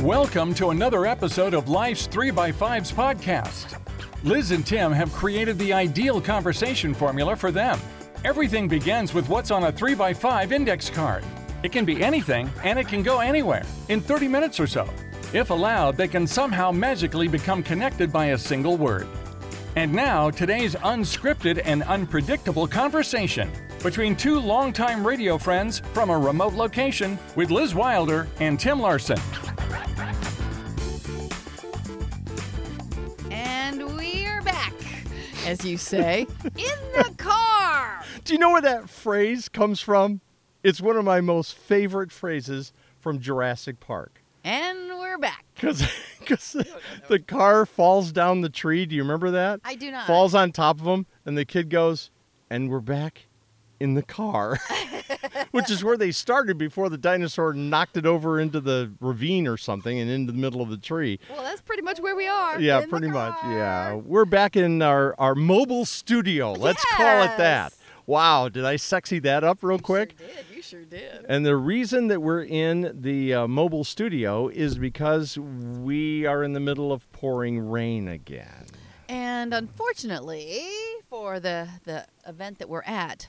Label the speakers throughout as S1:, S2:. S1: Welcome to another episode of Life's 3x5's podcast. Liz and Tim have created the ideal conversation formula for them. Everything begins with what's on a 3x5 index card. It can be anything, and it can go anywhere in 30 minutes or so. If allowed, they can somehow magically become connected by a single word. And now, today's unscripted and unpredictable conversation between two longtime radio friends from a remote location with Liz Wilder and Tim Larson.
S2: And we're back
S3: as you say.
S2: in the car.
S4: Do you know where that phrase comes from? It's one of my most favorite phrases from Jurassic Park.
S2: And we're back.
S4: Because the car falls down the tree. Do you remember that?
S2: I do not.
S4: Falls on top of him, and the kid goes, and we're back in the car, which is where they started before the dinosaur knocked it over into the ravine or something and into the middle of the tree.
S2: Well, that's pretty much where we are.
S4: Yeah,
S2: in the
S4: pretty much. Yeah.
S2: car.
S4: We're back in our, our mobile studio. Let's call it that.
S2: Yes.
S4: Wow, did I sexy that up real quick?
S3: You sure did. You sure did.
S4: And the reason that we're in the uh, mobile studio is because we are in the middle of pouring rain again.
S3: And unfortunately, for the the event that we're at,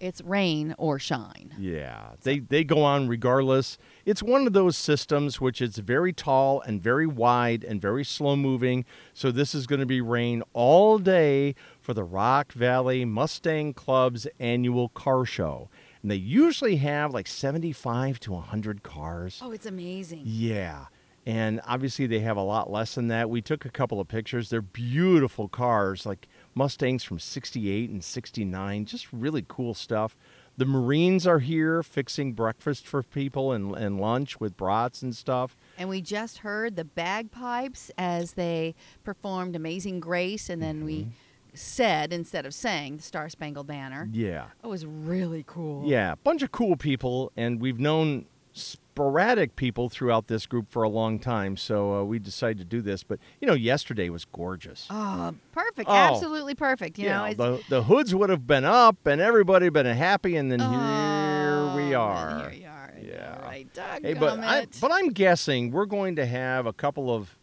S3: it's rain or shine.
S4: Yeah, they they go on regardless. It's one of those systems which is very tall and very wide and very slow moving. So this is going to be rain all day for the Rock Valley Mustang Club's annual car show. And they usually have like 75 to 100 cars.
S2: Oh, it's amazing.
S4: Yeah. And obviously, they have a lot less than that. We took a couple of pictures. They're beautiful cars, like Mustangs from 68 and 69, just really cool stuff. The Marines are here fixing breakfast for people and, and lunch with brats and stuff.
S3: And we just heard the bagpipes as they performed Amazing Grace and then
S4: Mm-hmm.
S3: we said instead of sang the Star Spangled Banner.
S4: Yeah.
S3: It was really cool.
S4: Yeah, bunch of cool people, and we've known sporadic people throughout this group for a long time. So uh, we decided to do this. But, you know, yesterday was gorgeous.
S3: Oh, perfect.
S4: Oh.
S3: Absolutely perfect. You know, it's,
S4: the, the hoods would have been up and everybody been happy, and then here
S3: Oh,
S4: we
S3: and
S4: are.
S3: Here you are.
S4: Yeah.
S3: All right.
S4: Hey, but I,
S3: Dadgummit.
S4: but I'm guessing we're going to have a couple of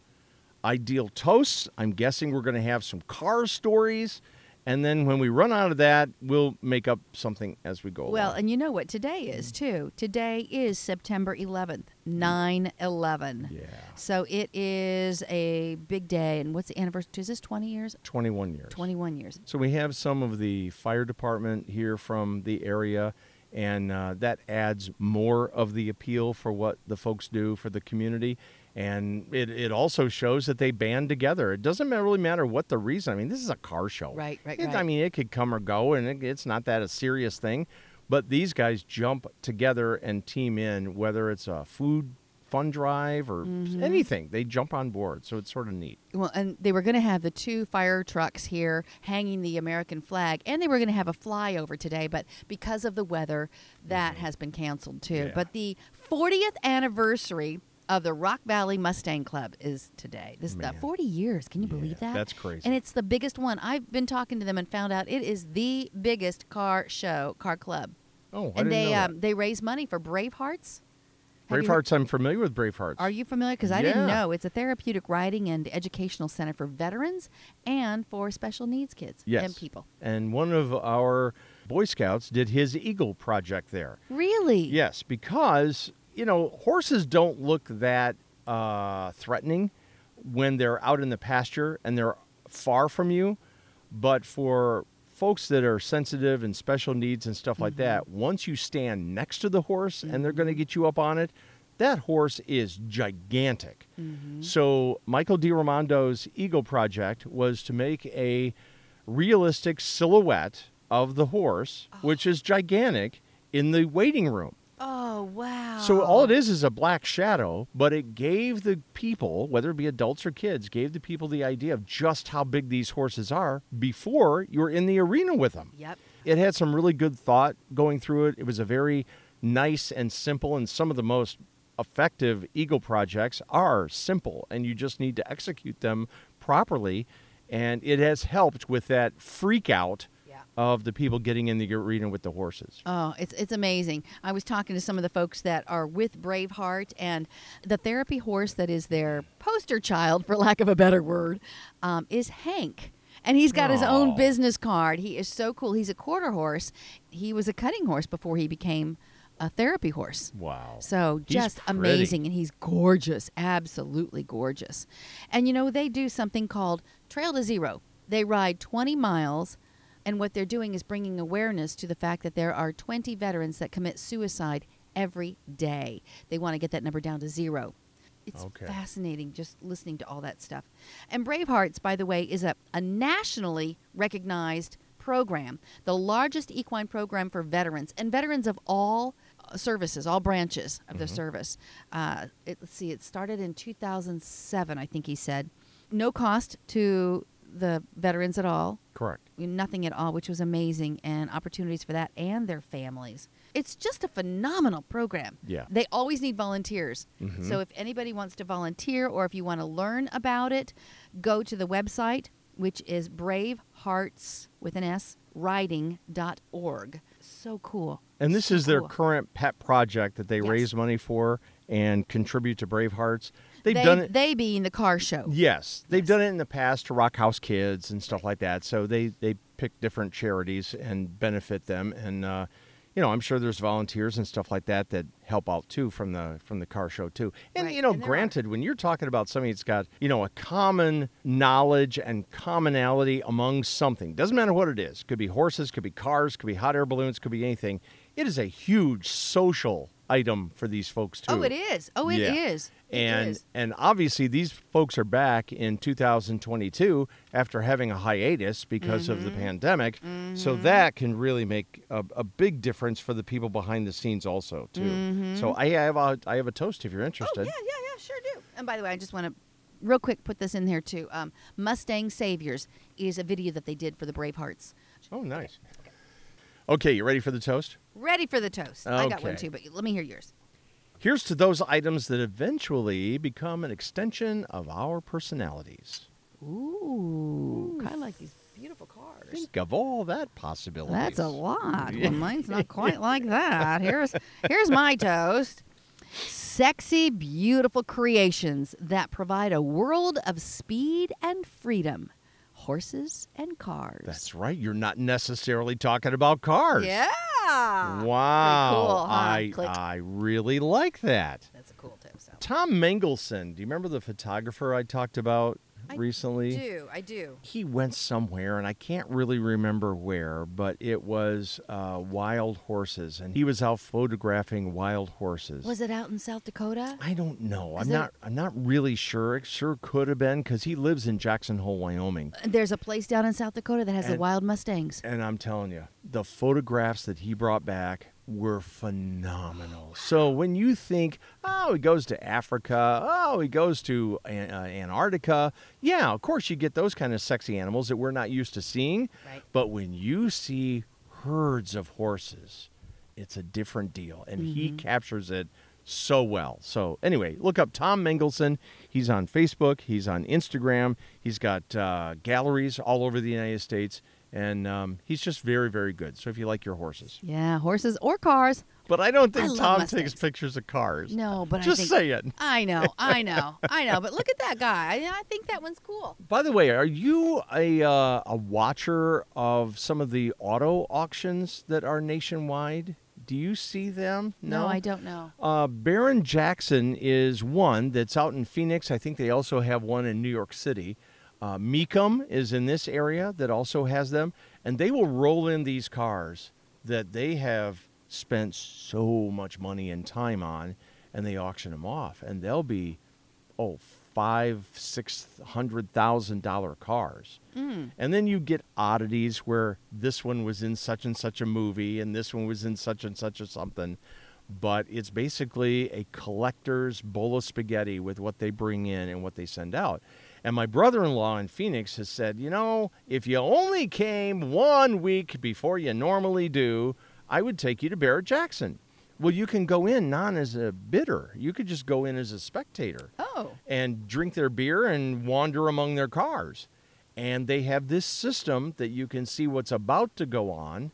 S4: ideal toasts. I'm guessing we're going to have some car stories, and then when we run out of that, we'll make up something as we go
S3: Well,
S4: along.
S3: and you know what today is
S4: Mm.
S3: too. Today is September 11th, 9 11.
S4: yeah,
S3: So it is a big day. And what's the anniversary? Is this 20 years?
S4: 21 years.
S3: 21 years.
S4: So we have some of the fire department here from the area, and uh, that adds more of the appeal for what the folks do for the community. And it, it also shows that they band together. It doesn't ma- really matter what the reason. I mean, this is a car show.
S3: Right, right,
S4: It- I
S3: right.
S4: mean, it could come or go, and it, it's not that a serious thing. But these guys jump together and team in, whether it's a food fund drive or
S3: Mm-hmm.
S4: anything. They jump on board. So it's sort of neat.
S3: Well, and they were going to have the two fire trucks here hanging the American flag, and they were going to have a flyover today, but because of the weather, that has been canceled too.
S4: Mm-hmm. Yeah.
S3: But the 40th anniversary of the Rock Valley Mustang Club is today. This is the 40 years. Can you believe
S4: Yeah,
S3: that?
S4: that's crazy.
S3: And it's the biggest one. I've been talking to them and found out it is the biggest car show, car club.
S4: Oh, I
S3: and
S4: didn't know
S3: they
S4: that.
S3: um, they raise money for Bravehearts. Have you heard-
S4: Bravehearts, I'm familiar with Bravehearts.
S3: are you familiar? Because I didn't
S4: Yeah.
S3: know. It's a therapeutic writing and educational center for veterans and for special needs kids
S4: Yes.
S3: and people.
S4: And one of our Boy Scouts did his Eagle project there.
S3: Really?
S4: Yes, because, you know, horses don't look that uh, threatening when they're out in the pasture and they're far from you. But for folks that are sensitive and special needs and stuff like that, once you stand next to the horse and they're going to get you up on it, that horse is gigantic. So Michael DiRamondo's Eagle Project was to make a realistic silhouette of the horse, which is gigantic, in the waiting room.
S3: Oh wow.
S4: So all it is is a black shadow, but it gave the people, whether it be adults or kids, gave the people the idea of just how big these horses are before you were in the arena with them.
S3: Yep.
S4: It had some really good thought going through it. It was a very nice and simple, and some of the most effective Eagle projects are simple, and you just need to execute them properly. And it has helped with that freak out
S3: Yeah.
S4: of the people getting in the arena with the horses.
S3: Oh, it's it's amazing. I was talking to some of the folks that are with Braveheart and the therapy horse that is their poster child, for lack of a better word, um, is Hank. And he's got his
S4: Aw.
S3: own business card. He is so cool. He's a quarter horse. He was a cutting horse before he became a therapy horse.
S4: Wow.
S3: So
S4: He's
S3: just
S4: pretty.
S3: amazing. And he's gorgeous, absolutely gorgeous. And you know, they do something called Trail to Zero. They ride 20 miles, and what they're doing is bringing awareness to the fact that there are 20 veterans that commit suicide every day. They want to get that number down to zero. It's
S4: Okay.
S3: fascinating just listening to all that stuff. And Bravehearts, by the way, is a, a nationally recognized program, the largest equine program for veterans and veterans of all uh, services, all branches of the service. Uh, it, let's see, it started in 2007, I think he said. No cost to the veterans at all
S4: Correct.
S3: nothing at all, which was amazing, and opportunities for that and their families. It's just a phenomenal program.
S4: Yeah. Mm-hmm.
S3: They always need volunteers. So if anybody wants to volunteer or if you want to learn about it, go to the website, which is bravehearts with an S riding.org. So cool.
S4: And this
S3: So
S4: is their
S3: cool.
S4: current pet project that they
S3: Yes.
S4: raise money for and contribute to Bravehearts. They've
S3: they,
S4: done it.
S3: They being the car show.
S4: yes, they've done it in the past to Rock House Kids and stuff like that. So they they pick different charities and benefit them. And uh, you know, I'm sure there's volunteers and stuff like that that help out too from the from the car show too. And
S3: Right,
S4: you know,
S3: and there are.
S4: granted, when you're talking about something that's got you know a common knowledge and commonality among something, doesn't matter what it is. Could be horses, could be cars, could be hot air balloons, could be anything. It is a huge social item for these folks too
S3: Oh, it is. Oh, it is.
S4: Yeah.
S3: It
S4: and
S3: is.
S4: and obviously these folks are back in 2022 after having a hiatus because of
S3: Mm-hmm.
S4: the pandemic so that can really make a, a big difference for the people behind the scenes also too so i have a i have a toast if you're interested
S3: Mm-hmm. Oh, Yeah, yeah, yeah, sure do. And by the way, I just want to real quick put this in there too. Um, Mustang Saviors is a video that they did for the Bravehearts.
S4: oh nice okay you ready for the toast
S3: Ready for the toast. I got one
S4: Okay.
S3: too, but let me hear yours.
S4: here's to those items that eventually become an extension of our personalities
S3: Ooh, kind of like these beautiful cars.
S4: think of all that possibility
S3: That's a lot. Well, mine's not quite like that. Here's here's my toast. Sexy, beautiful creations that provide a world of speed and freedom. Horses and cars.
S4: that's right you're not necessarily talking about cars
S3: Yeah.
S4: Wow.
S3: Ah, cool, huh?
S4: I
S3: Click.
S4: I really like that.
S3: That's a cool toast. Al.
S4: Tom Mengelson, do you remember the photographer I talked about
S3: I
S4: recently?
S2: do. I do.
S4: He went somewhere, and I can't really remember where, but it was uh, wild horses, and he was out photographing wild horses.
S3: Was it out in South Dakota?
S4: I don't know. I'm
S3: Is it-
S4: not. I'm not really sure. It sure could have been because he lives in Jackson Hole, Wyoming.
S3: There's a place down in South Dakota that has the
S4: And-
S3: wild Mustangs.
S4: And I'm telling you, the photographs that he brought back were phenomenal. So when you think, oh, he goes to Africa, oh, he goes to An- uh, Antarctica, yeah, of course you get those kind of sexy animals that we're not used to seeing.
S3: Right.
S4: But when you see herds of horses, it's a different deal. And he
S3: Mm-hmm.
S4: captures it so well. So anyway, look up Tom Mengelson. He's on Facebook. He's on Instagram. He's got uh, galleries all over the United States, and um, he's just very, very good. So if you like your horses,
S3: Yeah, horses or cars.
S4: but I don't
S3: I
S4: think
S3: love
S4: Tom
S3: Mustangs.
S4: takes pictures of cars.
S3: No, but
S4: just
S3: I think,
S4: saying.
S3: I know, I know, I know. But look at that guy. I, I think that one's cool.
S4: By the way, are you a uh, a watcher of some of the auto auctions that are nationwide? Do you see them?
S3: I don't know.
S4: Uh, Baron Jackson is one that's out in Phoenix. I think they also have one in New York City. Uh, Mecum is in this area that also has them, and they will roll in these cars that they have spent so much money and time on, and they auction them off, and they'll be oh five six hundred thousand dollar cars and then you get oddities where this one was in such and such a movie and this one was in such and such a something but it's basically a collector's bowl of spaghetti with what they bring in and what they send out and my brother-in-law in phoenix has said you know if you only came one week before you normally do i would take you to barrett jackson well you can go in not as a bidder you could just go in as a spectator
S3: Oh,
S4: and drink their beer and wander among their cars. And they have this system that you can see what's about to go on.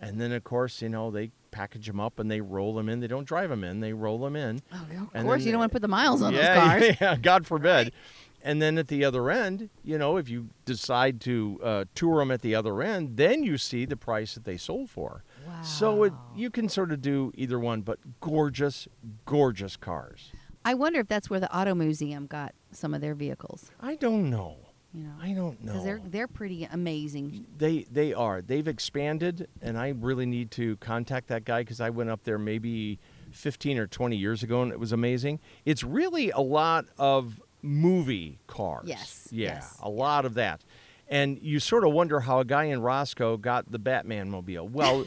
S4: And then, of course, you know, they package them up and they roll them in. They don't drive them in, they roll them in.
S3: Oh, of
S4: And
S3: course,
S4: then-
S3: you don't want to put the miles on
S4: yeah,
S3: those cars.
S4: Yeah, God forbid. And then at the other end, you know, if you decide to uh, tour them at the other end, then you see the price that they sold for. So it,
S3: Wow.
S4: you can sort of do either one, but gorgeous, gorgeous cars.
S3: I wonder if that's where the auto museum got some of their vehicles.
S4: I don't know.
S3: You know,
S4: I don't know.
S3: because they're they're pretty amazing.
S4: they they are. They've expanded, and I really need to contact that guy because I went up there maybe 15 or 20 years ago, and it was amazing. It's really a lot of movie cars.
S3: Yes,
S4: Yeah,
S3: yes.
S4: a lot of that. And you sort of wonder how a guy in Roscoe got the Batman mobile. Well,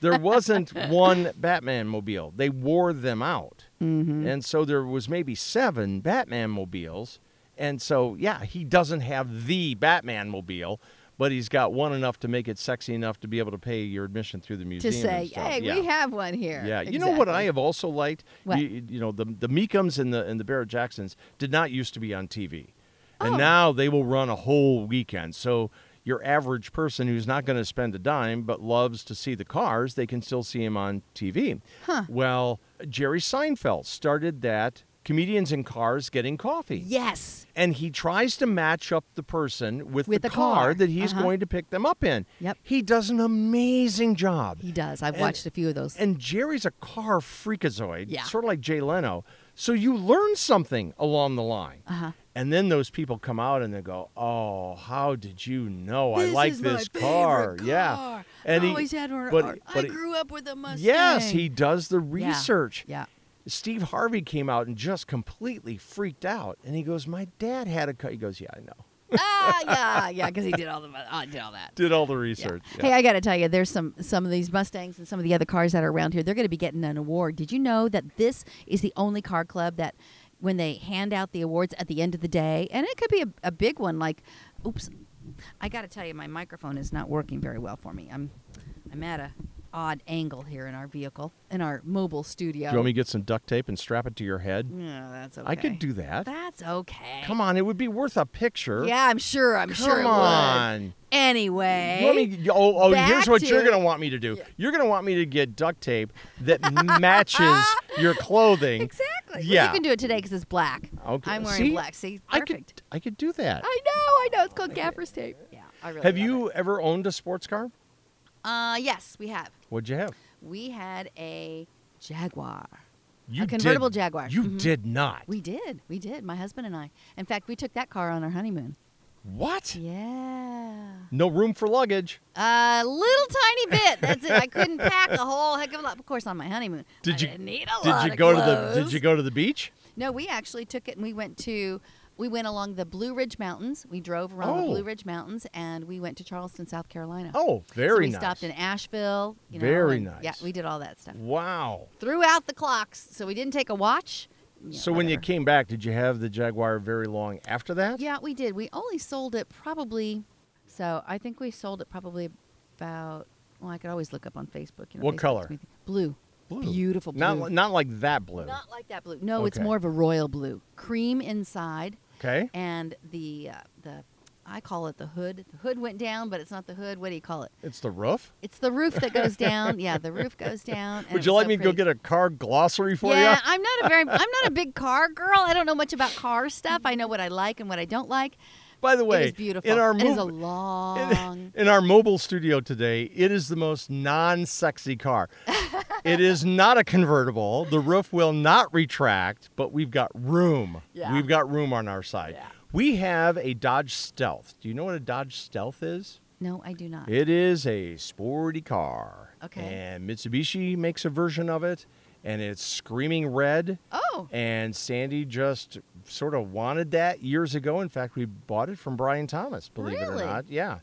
S4: there wasn't one Batman mobile. They wore them out.
S3: Mm-hmm.
S4: And so there was maybe seven Batman mobiles. And so, yeah, he doesn't have the Batman mobile, but he's got one enough to make it sexy enough to be able to pay your admission through the
S3: To
S4: museum.
S3: say,
S4: and stuff.
S3: hey,
S4: yeah.
S3: we have one here.
S4: Yeah, you know what I
S3: Exactly.
S4: have also liked.
S3: What?
S4: You, you know the the Meekums and the and the Barrett Jacksons did not used to be on TV, and
S3: Oh.
S4: now they will run a whole weekend. So your average person who's not going to spend a dime but loves to see the cars, they can still see him on TV.
S3: Huh.
S4: Well, Jerry Seinfeld started that comedians in cars getting coffee
S3: Yes.
S4: and he tries to match up the person with,
S3: With
S4: the,
S3: the
S4: car,
S3: car.
S4: that he's
S3: Uh-huh.
S4: going to pick them up in.
S3: Yep.
S4: He does an amazing job.
S3: He does. I've
S4: And-
S3: watched a few of those.
S4: And Jerry's a car freakazoid,
S3: Yeah.
S4: sort of like Jay Leno. So you learn something along the line.
S3: Uh-huh.
S4: And then those people come out and they go, "Oh, how did you know Oh, I
S2: This
S4: like
S2: is my
S4: this
S2: favorite
S4: car?" Yeah.
S2: car.
S4: And
S2: I
S4: he-
S2: always had one.
S4: but-
S2: or-
S4: but
S2: I
S4: he-
S2: grew up with a Mustang.
S4: Yes, he does the
S3: Yeah.
S4: research.
S3: Yeah.
S4: Steve Harvey came out and just completely freaked out. And he goes, "My dad had a car." He goes, "Yeah, I know."
S3: ah, yeah, yeah, because he did all the uh, did all that.
S4: Did all the
S3: Yeah.
S4: research. Yeah.
S3: Hey, I got to tell you, there's some some of these Mustangs and some of the other cars that are around here. They're going to be getting an award. Did you know that this is the only car club that, when they hand out the awards at the end of the day, and it could be a, a big one. Like, oops, I got to tell you, my microphone is not working very well for me. I'm I'm at a odd angle here in our vehicle in our mobile studio.
S4: Do you want me to get some duct tape and strap it to your head?
S3: No, that's okay.
S4: I could do that.
S3: That's okay.
S4: Come on, it would be worth a picture.
S3: Yeah, I'm sure. I'm
S4: Come
S3: sure. it would.
S4: on.
S3: Anyway.
S4: You want me- oh, oh here's
S3: Back
S4: what you're
S3: to-
S4: going to want me to do. You're going to want me to get duct tape that matches your clothing.
S3: Exactly. Well,
S4: Yeah.
S3: you can do it today because it's black.
S4: Okay.
S3: I'm wearing
S4: See?
S3: black. See,
S4: I
S3: perfect.
S4: could, I could do that.
S3: I know. I know. It's called gaffer's tape. Yeah, I really
S4: have
S3: love
S4: you
S3: it.
S4: ever owned a sports car?
S3: Uh, yes, we have.
S4: What'd you have?
S3: We had a Jaguar.
S4: You
S3: convertible
S4: did,
S3: Jaguar.
S4: You
S3: Mhm.
S4: did not.
S3: We did. We did. My husband and I. In fact, we took that car on our honeymoon.
S4: what?
S3: Yeah.
S4: No room for luggage.
S3: A little tiny bit. That's it. I couldn't pack a whole heck of a lot. Of course, on my honeymoon.
S4: Did
S3: I
S4: you-
S3: didn't need a
S4: Did
S3: lot
S4: you
S3: of
S4: go to the Did
S3: clothes.
S4: you go to the beach?
S3: No, we actually took it and we went to we went along the Blue Ridge Mountains. We drove around the
S4: Oh.
S3: Blue Ridge Mountains and we went to Charleston, South Carolina.
S4: Oh,
S3: so
S4: very
S3: we
S4: nice.
S3: stopped in Asheville. You know,
S4: Very
S3: and-
S4: nice.
S3: Yeah, we did all that stuff.
S4: Wow.
S3: Threw out the clocks, so we didn't take a watch. you know,
S4: so when you
S3: whatever.
S4: came back, did you have the Jaguar very long after that?
S3: yeah, we did. We only sold it probably. So I think we sold it probably about. Well, I could always look up on Facebook. You know,
S4: What
S3: Facebook's
S4: color?
S3: amazing. Blue.
S4: Blue.
S3: Beautiful blue.
S4: Not li- not like that blue.
S3: Not like that blue. No, it's
S4: Okay.
S3: more of a royal blue. Cream inside.
S4: okay.
S3: and the uh, the I call it the hood. The hood went down, but it's not the hood. What do you call it?
S4: It's the roof.
S3: It's the roof that goes down. Yeah, the roof goes down.
S4: Would you like me to go get a car glossary for
S3: yeah,
S4: you?
S3: I'm not a very I'm not a big car girl. I don't know much about car stuff. I know what I like and what I don't like.
S4: By the way,
S3: it is beautiful.
S4: in our
S3: it is a
S4: mov-
S3: long.
S4: in our mobile studio today, it is the most non-sexy car. it is not a convertible. The roof will not retract, but we've got room.
S3: Yeah.
S4: We've got room on our side. We have a Dodge Stealth. Do you know what a Dodge Stealth is?
S3: no, I do not.
S4: It is a sporty car.
S3: Okay.
S4: And Mitsubishi makes a version of it, and it's screaming red.
S3: oh,
S4: And Sandy just sort of wanted that years ago. In fact, we bought it from Brian Thomas, believe it
S3: Really?
S4: or not. Yeah.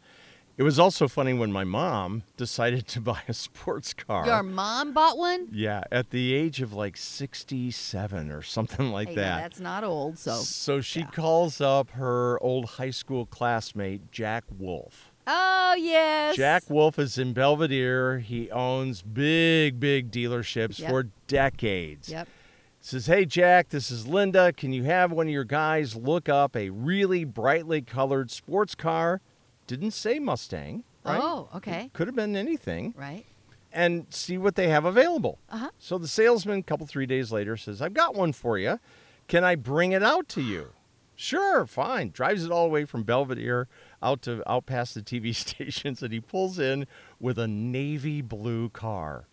S4: It was also funny when my mom decided to buy a sports car.
S3: your mom bought one.
S4: yeah, at the age of like 67 or something like
S3: Hey, now,
S4: that.
S3: that's not old. So.
S4: so she
S3: yeah.
S4: calls up her old high school classmate, Jack Wolf.
S3: Oh yes.
S4: Jack Wolf is in Belvedere. He owns big, big dealerships
S3: Yep.
S4: for decades.
S3: Yep.
S4: says, Hey, Jack, this is Linda. Can you have one of your guys look up a really brightly colored sports car? Didn't say Mustang. Right?
S3: Oh, okay.
S4: Could have been anything.
S3: Right.
S4: And see what they have available.
S3: Uh-huh.
S4: So the salesman, couple, three days later, says, I've got one for you. Can I bring it out to you? Sure, fine. Drives it all the way from Belvedere out to out past the TV stations, and he pulls in with a navy blue car.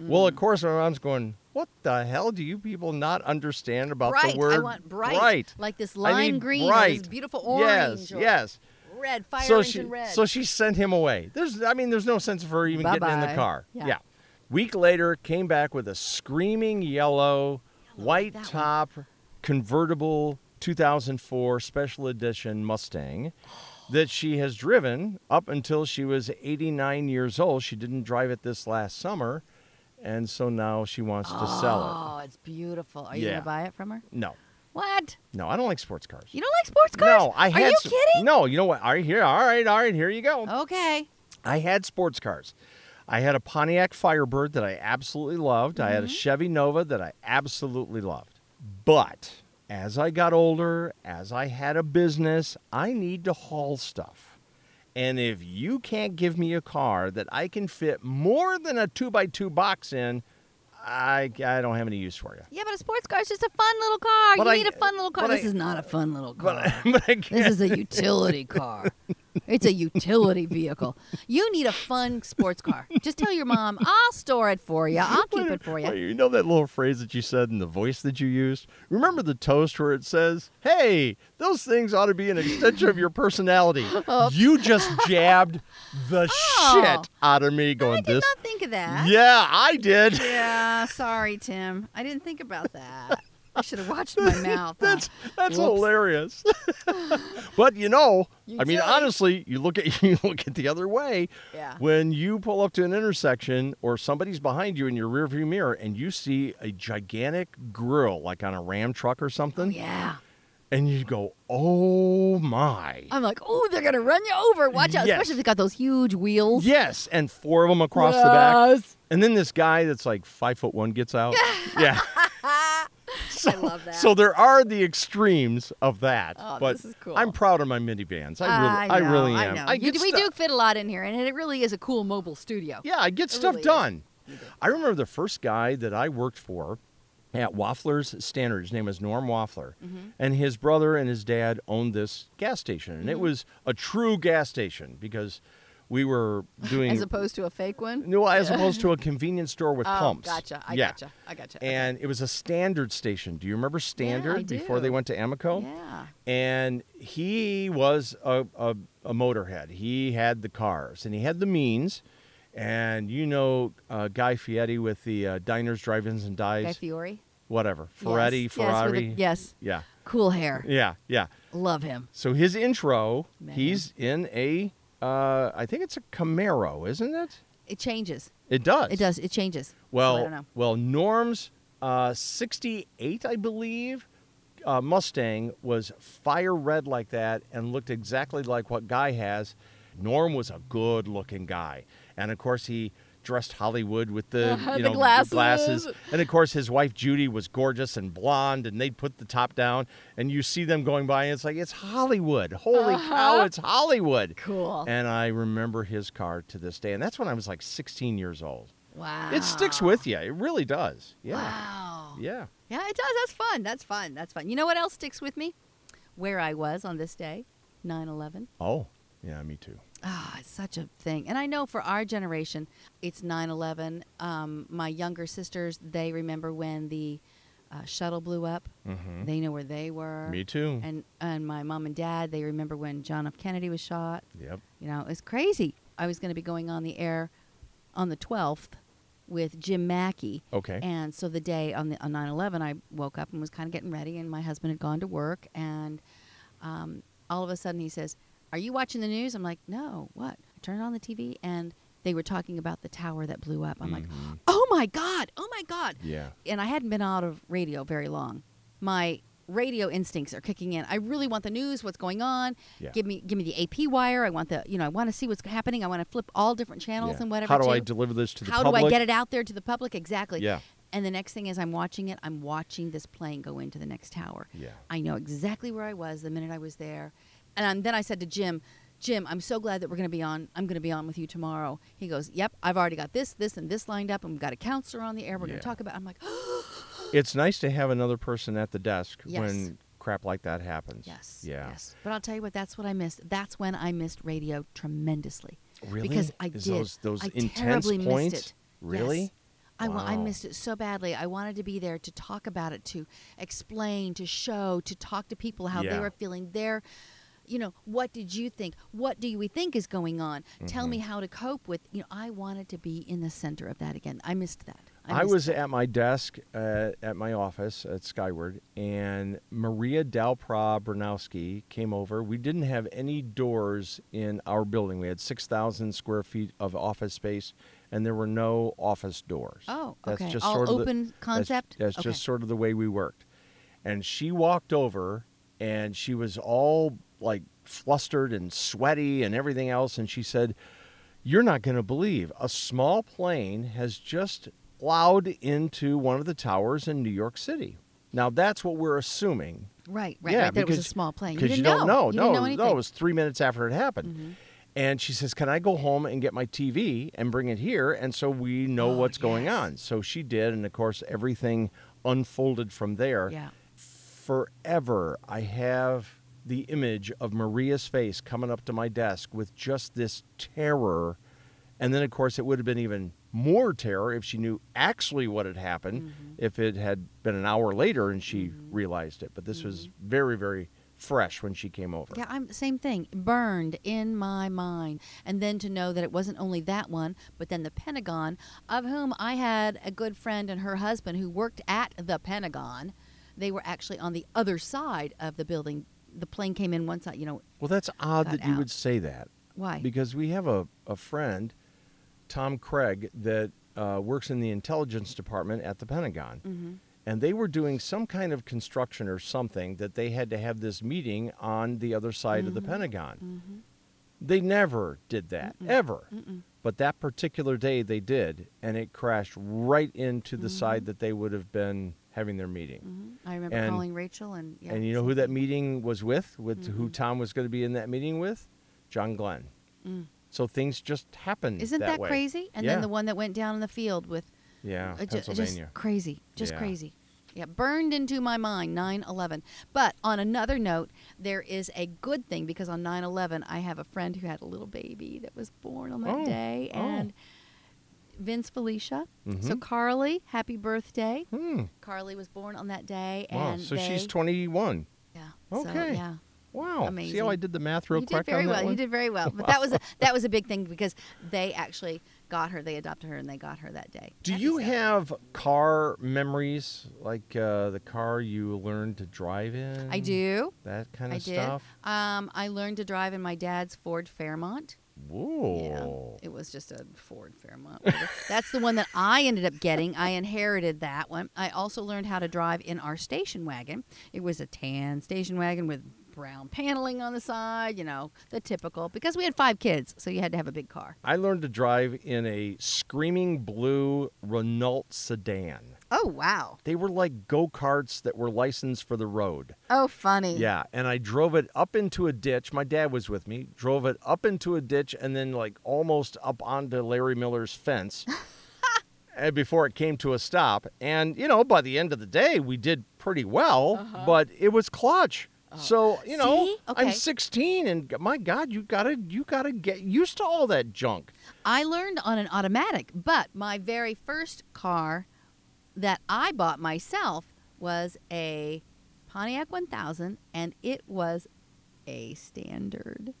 S4: Well,
S3: Mm.
S4: of course, my mom's going, What the hell do you people not understand about
S3: bright.
S4: the word
S3: I want bright.
S4: bright?
S3: Like this
S4: I
S3: lime
S4: need
S3: green or
S4: bright.
S3: this beautiful orange.
S4: Yes,
S3: or
S4: yes.
S3: Red, fire
S4: so
S3: engine
S4: she,
S3: red.
S4: So she sent him away. There's, I mean, there's no sense of her even getting in the
S3: Bye-bye.
S4: car.
S3: Yeah.
S4: Week later, came back with a screaming yellow, white
S3: that one.
S4: top convertible 2004 special edition Mustang that she has driven up until she was 89 years old. She didn't drive it this last summer, and so now she wants to sell
S3: Oh, it's beautiful. Are you
S4: Yeah.
S3: gonna buy it from her?
S4: it. No,
S3: What?
S4: no, I don't like sports cars.
S3: You don't like sports cars?
S4: No, I had.
S3: Are you
S4: some-
S3: kidding?
S4: No, you know what? All right, here, all right, all right, here you go.
S3: Okay.
S4: I had sports cars. I had a Pontiac Firebird that I absolutely loved. I had a Chevy Nova that I absolutely loved. But as I got older, as I had a business, I need to haul stuff. And if you can't give me a car that I can fit more than a two by two box in, I, I don't have any use for you.
S3: Yeah, but a sports car is just a fun little car.
S4: But
S3: you
S4: I-
S3: need a fun little car.
S4: but
S3: This
S4: I-
S3: is not a fun little car.
S4: But, but I
S3: This
S4: can't.
S3: is a utility car. It's a utility vehicle. You need a fun sports car. Just tell your mom, I'll store it for you. I'll keep it for
S4: Well,
S3: you.
S4: you know that little phrase that you said and the voice that you used? Remember the toast where it says, hey, those things ought to be an extension of your personality. You just jabbed the
S3: Oh.
S4: shit out of me going
S3: I did
S4: this.
S3: not think of that.
S4: Yeah, I did.
S3: Yeah, sorry, Tim. I didn't think about that. I should have watched my mouth. huh?
S4: That's that's
S3: Whoops.
S4: hilarious. but you know,
S3: You
S4: I mean,
S3: did.
S4: honestly, you look at you look at the other way.
S3: Yeah.
S4: When you pull up to an intersection or somebody's behind you in your rearview mirror and you see a gigantic grill like on a ram truck or something,
S3: Oh, Yeah.
S4: and you go, "Oh my!"
S3: I'm like, oh, they're gonna run you over. Watch out,
S4: Yes.
S3: especially if they got those huge wheels.
S4: Yes, and four of them across the back, and then this guy that's like five foot one gets out. yeah.
S3: I love that.
S4: So there are the extremes of that,
S3: Oh,
S4: but
S3: this is cool.
S4: I'm proud of my minivans. I really, I,
S3: know,
S4: really
S3: I
S4: am.
S3: know.
S4: I
S3: You-
S4: get
S3: we
S4: stu-
S3: do fit a lot in here, and it really is a cool mobile studio.
S4: Yeah, I get stuff
S3: really is.
S4: done. I remember the first guy that I worked for at Waffler's Standard. His name was Norm Waffler,
S3: Mm-hmm.
S4: and his brother and his dad owned this gas station, and
S3: Mm-hmm.
S4: it was a true gas station because we were doing
S3: As opposed to a fake one.
S4: no, as opposed to a convenience store with
S3: oh,
S4: pumps.
S3: gotcha. I
S4: yeah.
S3: gotcha. I gotcha. Okay.
S4: And it was a standard station. Do you remember standard before
S3: do.
S4: they went to Amoco?
S3: yeah.
S4: and he was a, a, a motorhead. He had the cars and he had the means. And you know uh, Guy Fieri with the uh, diners, drive-ins, and
S3: Guy
S4: dives,
S3: Fiori.
S4: whatever, Ferretti,
S3: yes. Yes,
S4: Ferrari,
S3: with the- yes.
S4: yeah,
S3: Cool hair.
S4: yeah, yeah.
S3: Love him.
S4: So his intro,
S3: Man.
S4: he's in a, uh, I think it's a Camaro, isn't it?
S3: It changes.
S4: It does.
S3: It does. It changes. So
S4: Well,
S3: I don't know.
S4: well, Norm's uh, '68, I believe, uh, Mustang was fire red like that and looked exactly like what Guy has. Norm was a good-looking guy, and of course he dressed Hollywood with the
S3: Uh-huh,
S4: you
S3: the
S4: know
S3: glasses.
S4: and of course his wife Judy was gorgeous and blonde, and they'd put the top down, and you see them going by, and it's like it's Hollywood. Holy
S3: Uh-huh.
S4: cow, it's Hollywood!
S3: Cool.
S4: And I remember his car to this day, and that's when I was like 16 years old.
S3: Wow.
S4: It sticks with you. It really does. Yeah.
S3: Wow.
S4: Yeah.
S3: Yeah, it does. That's fun. That's fun. That's fun. You know what else sticks with me? Where I was on this day, 9 11.
S4: Oh, yeah, me too.
S3: Ah, it's such a thing. And I know for our generation, it's 9 11. Um, my younger sisters, they remember when the uh, shuttle blew up.
S4: Mhm.
S3: They know where they were.
S4: Me too.
S3: And, and my mom and dad, they remember when John F. Kennedy was shot.
S4: yep.
S3: You know, it's crazy. I was going to be going on the air on the 12th with Jim Mackey.
S4: Okay.
S3: And so the day on the on 9/11, I woke up and was kind of getting ready, and my husband had gone to work, and um, all of a sudden he says, "Are you watching the news?" I'm like, "No, what?" I turned on the TV, and they were talking about the tower that blew up. I'm like, "Oh my god! Oh my god!"
S4: Mm-hmm. yeah.
S3: and I hadn't been out of radio very long. My radio instincts are kicking in. I really want the news, what's going on.
S4: Yeah.
S3: Give me give me the AP wire. I want the you know, I want to see what's happening. I want to flip all different channels
S4: Yeah.
S3: and whatever.
S4: How do I
S3: too.
S4: deliver this to the
S3: How
S4: public?
S3: do I get it out there to the public exactly?
S4: Yeah.
S3: And the next thing is, I'm watching it. I'm watching this plane go into the next tower.
S4: Yeah.
S3: I know exactly where I was the minute I was there. And I'm, then I said to Jim, Jim, I'm so glad that we're going to be on. I'm going to be on with you tomorrow. He goes, Yep, I've already got this, this, and this lined up. And we've got a counselor on the air. We're going
S4: Yeah.
S3: to talk about. I'm like,
S4: It's nice to have another person at the desk
S3: Yes.
S4: when crap like that happens.
S3: Yes.
S4: Yeah.
S3: Yes. But I'll tell you what, that's what I missed. That's when I missed radio tremendously.
S4: Really?
S3: Because I
S4: Is
S3: did.
S4: those- those
S3: I
S4: intense
S3: terribly
S4: points?
S3: missed it.
S4: Really?
S3: Yes. I, wa- I
S4: Wow.
S3: missed it so badly. I wanted to be there to talk about it, to explain, to show, to talk to people how
S4: Yeah.
S3: they were feeling their you know, what did you think? What do we think is going on? Tell
S4: Mm-hmm.
S3: me how to cope with, you know, I wanted to be in the center of that again. I missed that.
S4: I,
S3: missed
S4: was
S3: that.
S4: at my desk uh, at my office at Skyward, and Maria Dalpra Bernowski came over. We didn't have any doors in our building. We had 6,000 square feet of office space, and there were no office doors.
S3: Oh,
S4: That's
S3: okay.
S4: just
S3: All
S4: sort of the-
S3: open
S4: that's-
S3: concept?
S4: That's,
S3: Okay.
S4: just sort of the way we worked. And she walked over, and she was all like flustered and sweaty and everything else, and she said, you're not going to believe a small plane has just plowed into one of the towers in New York City. Now that's what we're assuming.
S3: Right, right,
S4: yeah,
S3: right. That it was a
S4: because-
S3: small plane. You
S4: Because
S3: didn't
S4: you don't
S3: know.
S4: know.
S3: You
S4: no,
S3: didn't know
S4: no, it
S3: anything. Mm-hmm.
S4: was three minutes after it happened. And she says, "Can I go home and get my TV and bring it here?" And so we know
S3: Oh,
S4: what's going
S3: yes.
S4: on. So she did, and of course everything unfolded from there
S3: Yeah.
S4: forever I have the image of Maria's face coming up to my desk with just this terror. And then, of course, it would have been even more terror if she knew actually what had happened,
S3: Mm-hmm.
S4: if it had been an hour later and she realized it. But this was very, very fresh when she came over.
S3: Mm-hmm. Yeah, I'm same thing. Burned in my mind, and then to know that it wasn't only that one, but then the Pentagon, of whom I had a good friend and her husband who worked at the Pentagon. They were actually on the other side of the building. The plane came in one side. You know
S4: Well, that's odd
S3: Got
S4: that you
S3: out.
S4: would say that.
S3: why?
S4: Because we have a, a friend, Tom Craig, that uh, works in the intelligence department at the Pentagon. And they were doing some kind of construction or something that they had to have this meeting on the other side of the Pentagon. They never did that, ever. But that particular day they did, and it crashed right into the side that they would have been having their meeting.
S3: Hmm? I remember
S4: and-
S3: calling Rachel, and yeah,
S4: And you know who that meeting was with? With
S3: Mm-hmm.
S4: who Tom was going to be in that meeting with? John Glenn. So things just happen.
S3: Mm. isn't that,
S4: way.
S3: crazy? And
S4: Yeah.
S3: then the one that went down in the field with
S4: Yeah,
S3: Uh, ju-
S4: Pennsylvania.
S3: Just crazy. Just
S4: Yeah.
S3: crazy. Yeah, burned into my mind 9 11. But on another note, there is a good thing because on 9 11, I have a friend who had a little baby that was born on that
S4: Oh,
S3: day.
S4: oh. Mm-hmm.
S3: And Vince Felicia. So, Carly, happy birthday.
S4: Hmm.
S3: Carly was born on that day.
S4: Wow.
S3: And
S4: So she's
S3: they-
S4: 21.
S3: Yeah. So,
S4: Okay.
S3: yeah.
S4: Wow. See how I
S3: Amazing.
S4: did the math real
S3: you
S4: quick
S3: did very
S4: on that
S3: well.
S4: one?
S3: You did very well. But that was a, that was a big thing because they actually got her. They adopted her and they got her that day.
S4: Do
S3: Happy
S4: you
S3: stuff.
S4: have car memories, like uh, the car you learned to drive in?
S3: I do.
S4: That kind
S3: I
S4: of
S3: did.
S4: stuff.
S3: Um, I learned to drive in my dad's Ford Fairmont.
S4: Whoa.
S3: It was just a Ford Fairmont. whatever. That's the one that I ended up getting. I inherited that one. I also learned how to drive in our station wagon. It was a tan station wagon with brown paneling on the side, you know, the typical. Because we had five kids, so you had to have a big car.
S4: I learned to drive in a screaming blue Renault sedan.
S3: Oh, wow.
S4: They were like go karts that were licensed for the road.
S3: Oh, funny.
S4: Yeah, and I drove it up into a ditch. My dad was with me. Drove it up into a ditch and then like almost up onto Larry Miller's fence. and before it came to a stop, and you know, by the end of the day, we did pretty well, but it was clutch. So you know,
S3: Uh-huh. Oh. See?
S4: I'm
S3: Okay.
S4: 16, and g- my God, you gotta you gotta get used to all that junk.
S3: I learned on an automatic, but my very first car that I bought myself was a Pontiac 1000 and it was a standard.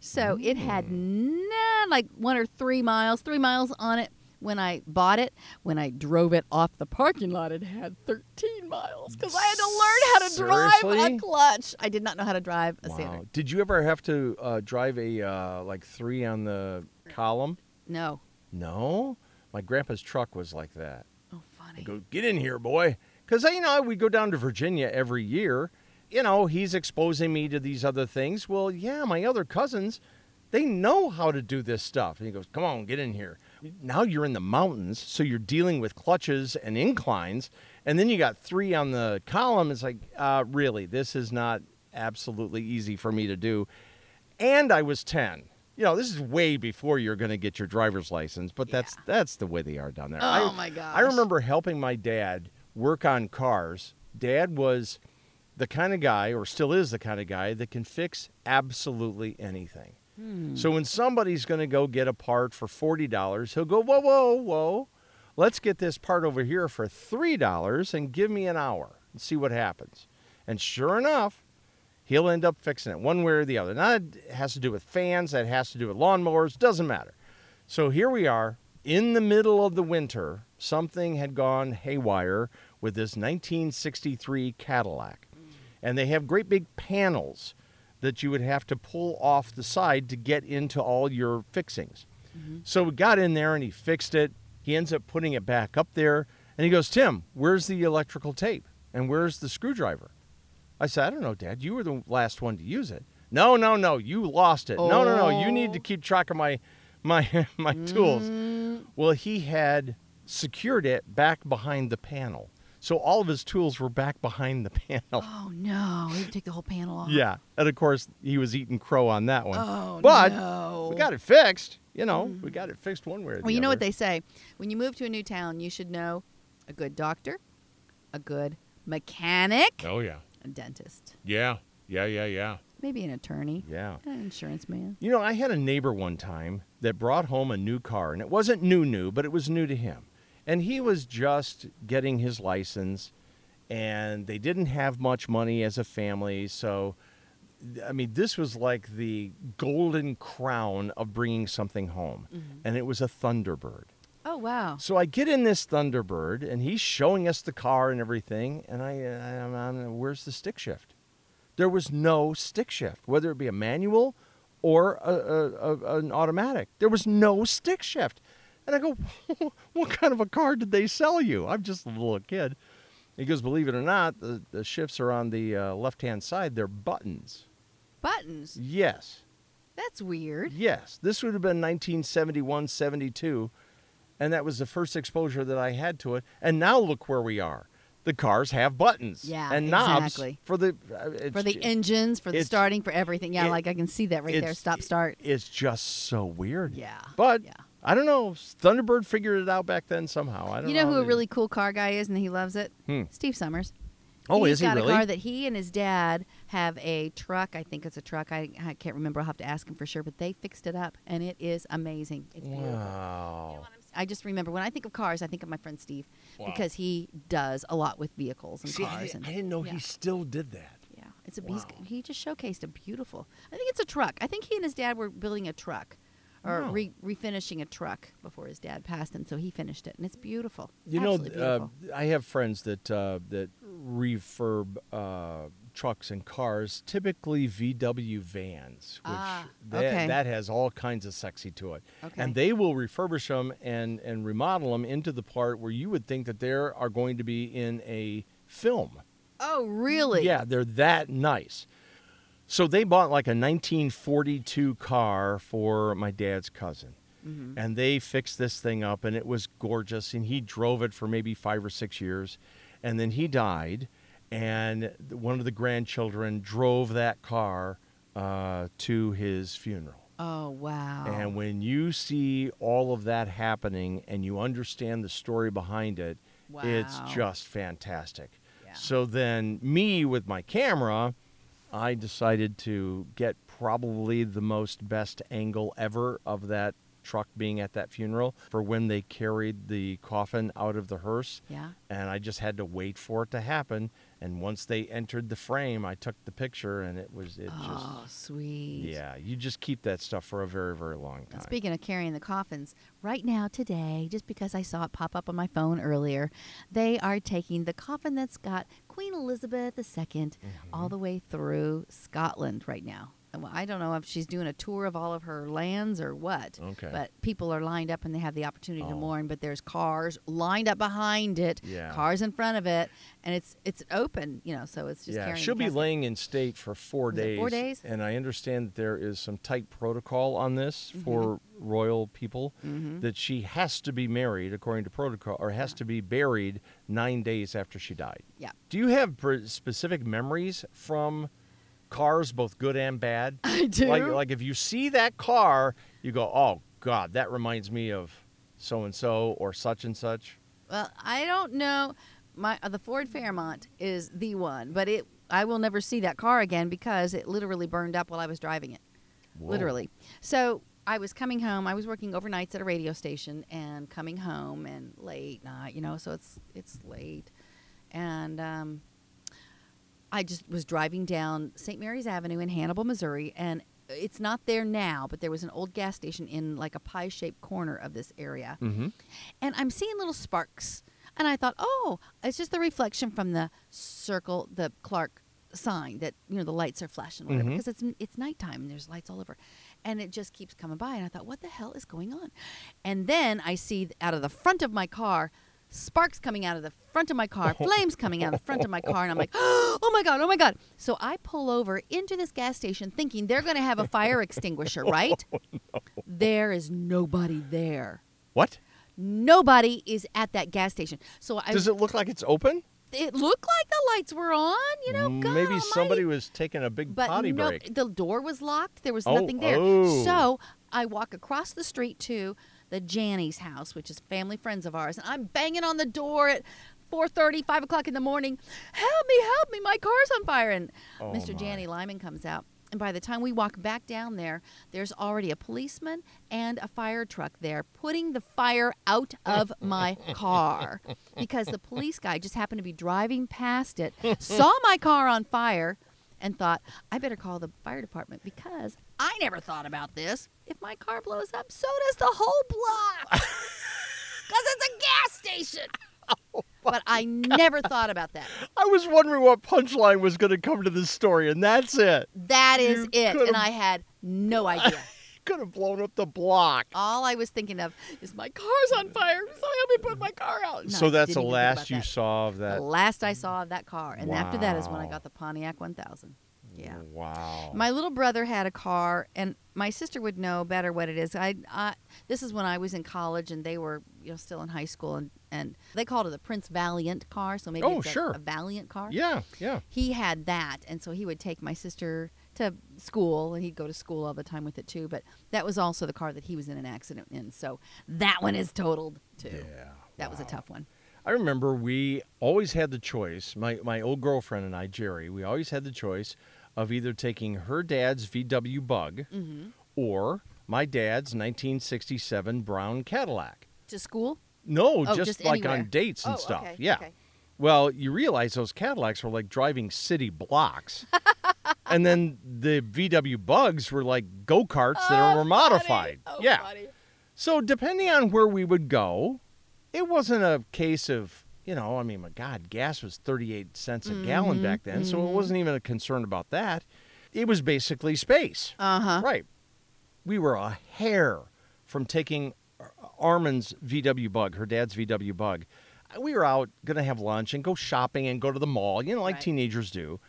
S3: So it had none, like one or three miles, three miles on it when I bought it. When I drove it off the parking lot, it had 13 miles because I had to learn how to drive
S4: Seriously?
S3: a clutch. I did not know how to drive a standard.
S4: Did you ever have to uh, drive a uh, like three on the column?
S3: No.
S4: No, my grandpa's truck was like that.
S3: Oh, funny.
S4: go get in here boy because you know we go down to virginia every year you know he's exposing me to these other things well yeah my other cousins they know how to do this stuff and he goes come on get in here now you're in the mountains, so you're dealing with clutches and inclines, and then you got three on the column. It's like, uh, really, this is not absolutely easy for me to do. And I was ten. You know, this is way before you're going to get your driver's license, but that's that's the way they are down there.
S3: Oh,
S4: I,
S3: my gosh.
S4: I remember helping my dad work on cars. Dad was the kind of guy, or still is the kind of guy, that can fix absolutely anything. So when somebody's going to go get a part for forty dollars, he'll go, whoa, whoa, whoa, let's get this part over here for three dollars and give me an hour and see what happens. And sure enough, he'll end up fixing it one way or the other. Now that has to do with fans, that has to do with lawnmowers, doesn't matter. So here we are in the middle of the winter. Something had gone haywire with this 1963 Cadillac. And they have great big panels that you would have to pull off the side to get into all your fixings. So we got in there and he fixed it. He ends up putting it back up there and he goes, Tim, where's the electrical tape? And where's the screwdriver? I said, I don't know, Dad. You were the last one to use it. No, no, no. You lost it. No, no, no. You need
S3: Oh.
S4: to keep track of my my my tools.
S3: Mm.
S4: Well, he had secured it back behind the panel. So all of his tools were back behind the panel.
S3: Oh no! We have to take the whole panel off.
S4: Yeah. And of course, he was eating crow on that one.
S3: Oh
S4: but
S3: no! Mm.
S4: we got it fixed. You know, we got it fixed one way or the
S3: Well, you know what
S4: other.
S3: they say. When you move to a new town, you should know a good doctor, a good mechanic,
S5: Oh yeah,
S3: a dentist,
S5: yeah, yeah, yeah, yeah.
S3: maybe an attorney,
S4: Yeah.
S3: an insurance man.
S4: You know, I had a neighbor one time that brought home a new car, and it wasn't new, new, but it was new to him. And he was just getting his license, and they didn't have much money as a family. So, I mean, this was like the golden crown of bringing something home, and it was a Thunderbird.
S3: Oh wow!
S4: So I get in this Thunderbird, and he's showing us the car and everything. And I, I I'm, I'm, where's the stick shift? There was no stick shift, whether it be a manual or a, a, a, an automatic. There was no stick shift. And I go, what kind of a car did they sell you? I'm just a little kid. He goes, believe it or not, the, the shifts are on the uh, left hand side. They're buttons.
S3: Buttons.
S4: Yes.
S3: That's weird.
S4: Yes, this would have been 1971, 72, and that was the first exposure that I had to it. And now look where we are. The cars have buttons
S3: Yeah,
S4: and knobs
S3: exactly.
S4: for the uh, it's
S3: For the
S4: ju-
S3: engines, for the
S4: it's-
S3: starting, for everything. Yeah,
S4: it-
S3: like I can see that right there.
S4: it's-
S3: Stop, start.
S4: It's just so weird.
S3: Yeah,
S4: but
S3: yeah.
S4: I don't know. Thunderbird figured it out back then somehow. I don't
S3: You know
S4: how
S3: who a
S4: they-
S3: really cool car guy is, and he loves it.
S4: Hmm.
S3: Steve Summers.
S4: oh
S3: He's
S4: is he
S3: got
S4: really?
S3: a car that he and his dad have a truck. I think it's a truck. I, I can't remember. I'll have to ask him for sure. But they fixed it up, and it is amazing. It's beautiful.
S4: wow.
S3: I just remember when I think of cars, I think of my friend Steve
S5: Wow.
S3: because he does a lot with vehicles and
S4: See, I,
S3: cars.
S4: didn't-
S3: and,
S4: I didn't know
S3: yeah.
S4: he still did that.
S3: Yeah, it's a he's,
S4: Wow.
S3: he just showcased a beautiful. I think it's a truck. I think he and his dad were building a truck, or
S4: Wow.
S3: re, refinishing a truck before his dad passed, and so he finished it, and it's beautiful.
S4: You
S3: Absolutely
S4: know,
S3: beautiful.
S4: uh, I have friends that uh, that refurb uh, trucks and cars, typically VW vans, which
S3: Ah,
S4: that,
S3: okay.
S4: that has all kinds of sexy to it.
S3: Okay.
S4: And they will refurbish them and and remodel them into the part where you would think that they are going to be in a film.
S3: oh really?
S4: Yeah, they're that nice. So they bought like a 1942 car for my dad's cousin. And they fixed this thing up and it was gorgeous. And he drove it for maybe five or six years. And then he died. And th- one of the grandchildren drove that car uh, to his funeral.
S3: Oh wow.
S4: And when you see all of that happening and you understand the story behind it, it's
S3: Wow.
S4: just fantastic.
S3: Yeah.
S4: So then, me with my camera, I decided to get probably the most best angle ever of that truck being at that funeral for when they carried the coffin out of the hearse.
S3: yeah.
S4: And I just had to wait for it to happen. And once they entered the frame, I took the picture, and it was it
S3: oh
S4: just
S3: sweet.
S4: yeah. You just keep that stuff for a very very long time.
S3: And Speaking of carrying the coffins, right now, today, just because I saw it pop up on my phone earlier, they are taking the coffin
S4: Mm-hmm.
S3: that's got Queen Elizabeth II all the way through Scotland right now. well, I don't know if she's doing a tour of all of her lands or what.
S4: Okay.
S3: But people are lined up and they have the opportunity to
S4: Oh.
S3: mourn. But there's cars lined up behind it,
S4: Yeah.
S3: cars in front of it, and it's it's open, you know. So it's just
S4: yeah,
S3: carrying the
S4: she'll be
S3: casket.
S4: laying in state for four
S3: Is it
S4: days.
S3: four days?
S4: And I understand that there is some tight protocol on this for
S3: Mm-hmm.
S4: royal people that she has to be married according to protocol, or has to be buried nine days after she died.
S3: Yeah.
S4: Do you have pre- specific memories from cars, both good and bad?
S3: I do.
S4: Like, like if you see that car, you go, "Oh God, that reminds me of so and so or such and such."
S3: Well, I don't know. My uh, the Ford Fairmont is the one, but it I will never see that car again because it literally burned up while I was driving it.
S4: Whoa.
S3: Literally. So I was coming home. I was working overnights at a radio station and coming home and late night, you know, so it's it's late. And um, I just was driving down St. Mary's Avenue in Hannibal, Missouri, and it's not there now, but there was an old gas station in like a pie-shaped corner of this area
S4: Mm-hmm.
S3: and I'm seeing little sparks. And I thought, oh, it's just the reflection from the circle, the Clark sign that you know the lights are flashing, whatever.
S4: Mhm.
S3: Because it's it's nighttime and there's lights all over, and it just keeps coming by. And I thought, what the hell is going on? And then I see th- out of the front of my car. Sparks coming out of the front of my car, flames coming out of the front of my car, and I'm like, oh my God, oh my God. So I pull over into this gas station thinking they're going to have a fire extinguisher, right? There is nobody there
S4: What?
S3: nobody is at that gas station. So I
S4: Does
S3: it,
S4: it look like it's open? Mm,
S3: looked like the lights were on, you know. God
S4: maybe
S3: almighty.
S4: somebody was taking a big
S3: but
S4: potty
S3: no,
S4: break.
S3: the door was locked. There was
S4: Oh,
S3: nothing there.
S4: oh.
S3: So I walk across the street to the Janny's house, which is family friends of ours, and I'm banging on the door at 4:30, 5 o'clock in the morning. Help me! Help me! My car's on fire! And
S4: Oh,
S3: Mr.
S4: my.
S3: Janny Lyman comes out. And by the time we walk back down there, there's already a policeman and a fire truck there putting the fire out of my car because the police guy just happened to be driving past it, saw my car on fire, and thought, I better call the fire department because I never thought about this. If my car blows up, so does the whole block because it's a gas station.
S4: Oh
S3: but I never thought about that.
S4: I was wondering what punchline was going to come to this story, and that's it.
S3: That is
S4: You
S3: it.
S4: could've-
S3: And I had no idea.
S4: Could have blown up the block.
S3: All I was thinking of is my car's on fire. So help me put my car out. No, I
S4: so that's
S3: didn't even
S4: the
S3: think
S4: last
S3: about
S4: you
S3: that.
S4: saw of that.
S3: The last I saw of that car. And after that is when I
S4: Wow.
S3: got the Pontiac 1000. Yeah.
S4: Wow.
S3: My little brother had a car, and my sister would know better what it is. I, I this is when I was in college, and they were you know still in high school, and, and they called it the Prince Valiant car. So maybe
S4: Oh,
S3: it's a-
S4: sure.
S3: a Valiant car
S4: yeah, yeah.
S3: he had that and so he would take my sister to school and he'd go to school all the time with it too but that was also the car that he was in an accident in so that one is totaled too
S4: Yeah.
S3: that was a tough one
S4: I remember we always had the choice, my, my old girlfriend and I, Jerry, we always had the choice of either taking her dad's VW bug
S3: Mm-hmm.
S4: or my dad's 1967 brown Cadillac.
S3: to school
S4: No,
S3: Oh,
S4: just,
S3: just
S4: like
S3: anywhere.
S4: on dates and
S3: Oh,
S4: stuff.
S3: okay,
S4: yeah.
S3: okay.
S4: Well, you realize those Cadillacs were like driving city blocks. and then the VW bugs were like go karts
S3: Oh,
S4: that were modified. yeah. So depending on where we would go, it wasn't a case of, you know, I mean, my God, gas was 38 cents a
S3: Mm-hmm,
S4: gallon back then. So it wasn't even a concern about that. It was basically space.
S3: uh-huh
S4: Right. We were a hair from taking Ar- Armin's VW bug, her dad's VW bug. We were out going to have lunch and go shopping and go to the mall, you know, like
S3: Right.
S4: teenagers do.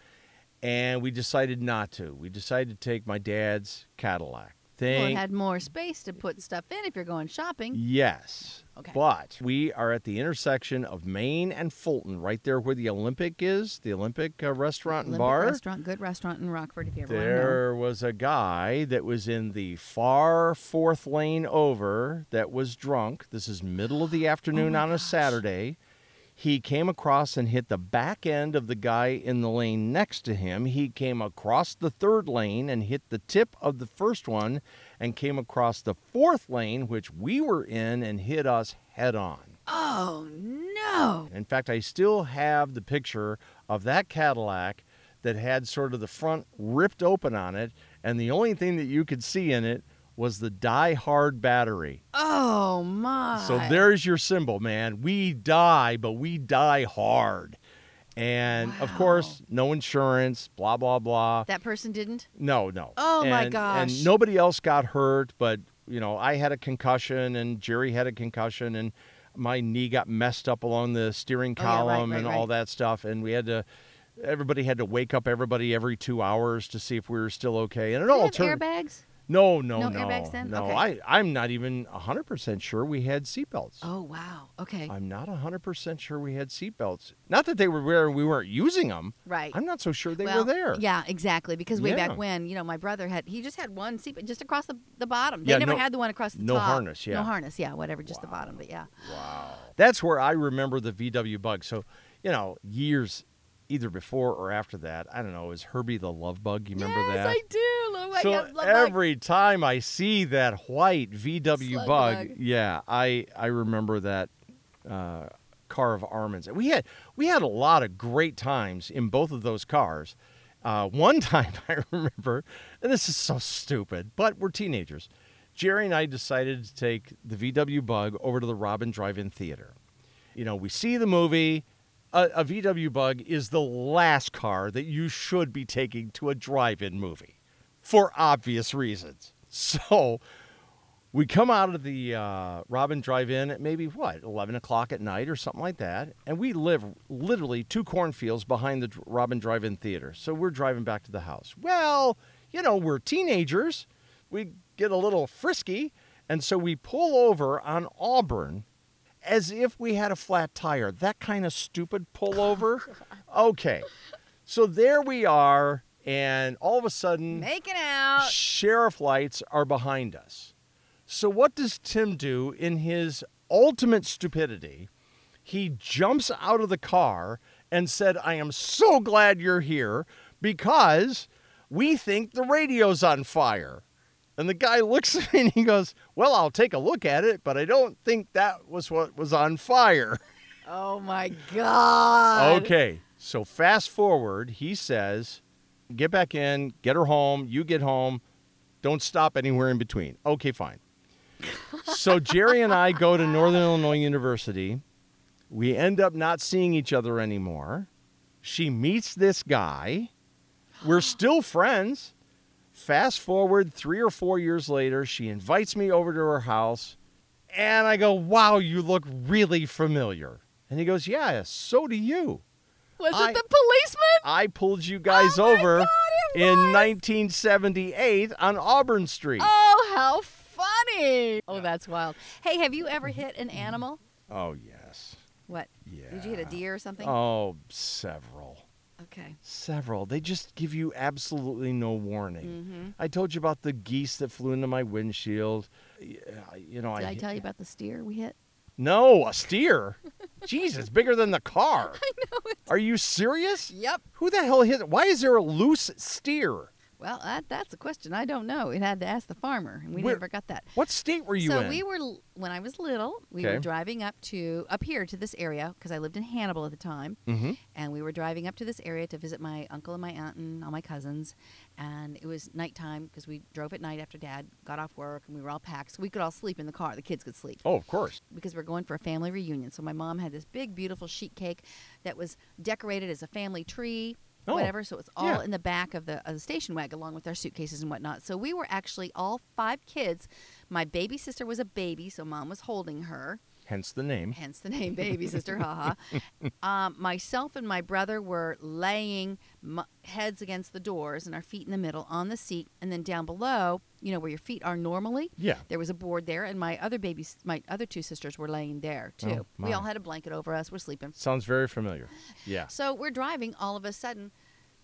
S4: And we decided not to. We decided to take my dad's Cadillac.
S3: well, it
S4: Thank
S3: had more space to put stuff in if you're going shopping
S4: Yes.
S3: Okay.
S4: But we are at the intersection of Maine and Fulton, right there where the Olympic is, the Olympic uh, restaurant and
S3: Olympic
S4: bar.
S3: restaurant good restaurant in rockford if you ever want
S4: There was a guy that was in the far fourth lane over that was drunk. This is middle of the afternoon on a Saturday. He came across and hit the back end of the guy in the lane next to him. He came across the third lane and hit the tip of the first one and came across the fourth lane, which we were in, and hit us head on.
S3: to know. oh no
S4: In fact, I still have the picture of that Cadillac that had sort of the front ripped open on it, and the only thing that you could see in it was the die hard battery.
S3: oh my
S4: So there's your symbol, man. We die, but we die hard. And of course, no insurance, blah, blah, blah.
S3: That person didn't?
S4: No, no.
S3: Oh, my
S4: And-
S3: gosh.
S4: And nobody else got hurt, but you know, I had a concussion, and Jerry had a concussion, and my knee got messed up along the steering
S3: Oh, yeah, right,
S4: column
S3: right,
S4: and all
S3: right.
S4: that stuff, and we had to. Everybody had to wake up everybody every two hours to see if we were still okay, and it
S3: Did
S4: all
S3: they have
S4: turned.
S3: airbags?
S4: No, no,
S3: No
S4: no,
S3: airbags then?
S4: No,
S3: Okay.
S4: I I'm not even hundred percent sure we had seatbelts.
S3: Oh, wow. Okay.
S4: I'm not hundred percent sure we had seatbelts. Not that they were where we weren't using them.
S3: Right.
S4: I'm not so sure they
S3: well,
S4: were there.
S3: Yeah, exactly. Because way
S4: Yeah.
S3: back when, you know, my brother had, he just had one seat, just across the, the bottom. They
S4: Yeah,
S3: never
S4: no-
S3: had the one across the
S4: no
S3: top.
S4: harness, yeah.
S3: No harness, yeah, whatever, just the bottom. But yeah.
S4: That's where I remember the VW bug. So, you know, years either before or after that, I don't know, is Herbie the Love Bug? You remember
S2: yes,
S4: that?
S2: I do. Love,
S4: so
S2: I love my-
S4: every time I see that white VW
S2: Slug
S4: bug,
S2: bug.
S4: yeah, I I remember that uh, car of Armin's. We had we had a lot of great times in both of those cars. Uh, one time I remember, and this is so stupid, but we're teenagers. Jerry and I decided to take the VW Bug over to the Robin Drive-In Theater. You know, we see the movie. A, a VW Bug is the last car that you should be taking to a drive-in movie for obvious reasons. So we come out of the uh, Robin Drive In at maybe what, 11 o'clock at night or something like that. And we live literally two cornfields behind the Dr- Robin Drive In Theater. So we're driving back to the house. Well, you know, we're teenagers. We get a little frisky. And so we pull over on Auburn as if we had a flat tire. That kind of stupid pullover. okay. So there we are. And all of a sudden,
S2: making out.
S4: sheriff lights are behind us. So what does Tim do in his ultimate stupidity? He jumps out of the car and said, "I am so glad you're here because we think the radio's on fire." And the guy looks at me and he goes, "Well, I'll take a look at it, but I don't think that was what was on fire."
S3: Oh, my God.
S4: Okay. So fast forward, he says, get back in, get her home, you get home, don't stop anywhere in between. Okay, fine. so Jerry and I go to Northern Illinois University. We end up not seeing each other anymore. She meets this guy. We're still friends. Fast forward three or four years later, she invites me over to her house. And I go, wow, you look really familiar. And he goes, yeah, so do you.
S2: Was
S4: I-
S2: it the policeman?
S4: I pulled
S3: Oh
S4: you guys over in 1978 on Auburn Street.
S2: Oh, how funny!
S3: Oh, that's wild. Hey, have you ever hit an animal?
S4: Oh, yes.
S3: What?
S4: Yeah.
S3: Did you hit a deer or something?
S4: Oh, several.
S3: Okay.
S4: Several. They just give you absolutely no warning.
S3: Mm-hmm.
S4: I told you about the geese that flew into my windshield. Y- uh, You know,
S3: Did I
S4: hit-
S3: tell you about the steer we hit?
S4: No, a steer. Jesus, bigger than the car. I know it. Are you serious?
S3: Yep.
S4: Who the hell hit? Why is there a loose steer?
S3: Well, that, that's a question I don't know. It had to ask the farmer, and we
S4: Where-
S3: never got that.
S4: What state were you
S3: so
S4: in?
S3: we were l- when I was little, we
S4: Okay.
S3: were driving up to up here to this area because I lived in Hannibal at the time,
S4: Mhm.
S3: and we were driving up to this area to visit my uncle and my aunt and all my cousins, and it was nighttime because we drove at night after Dad got off work and we were all packed, so we could all sleep in the car. The kids could sleep
S4: oh, of course.
S3: because we're going for a family reunion. So my mom had this big, beautiful sheet cake that was decorated as a family tree,
S4: Oh,
S3: whatever. So it's all
S4: yeah.
S3: in the back of the, of the station wagon, along with our suitcases and whatnot. So we were actually all five kids. My baby sister was a baby, so mom was holding her,
S4: Hence the name.
S3: hence the name baby sister, haha. Um, myself and my brother were laying m- heads against the doors and our feet in the middle on the seat, and then down below, you know, where your feet are normally.
S4: Yeah.
S3: There was a board there, and my other babies, my other two sisters were laying there too.
S4: Oh,
S3: we all
S4: my.
S3: had a blanket over us. We're sleeping.
S4: Sounds very familiar. Yeah.
S3: So we're driving. All of a sudden,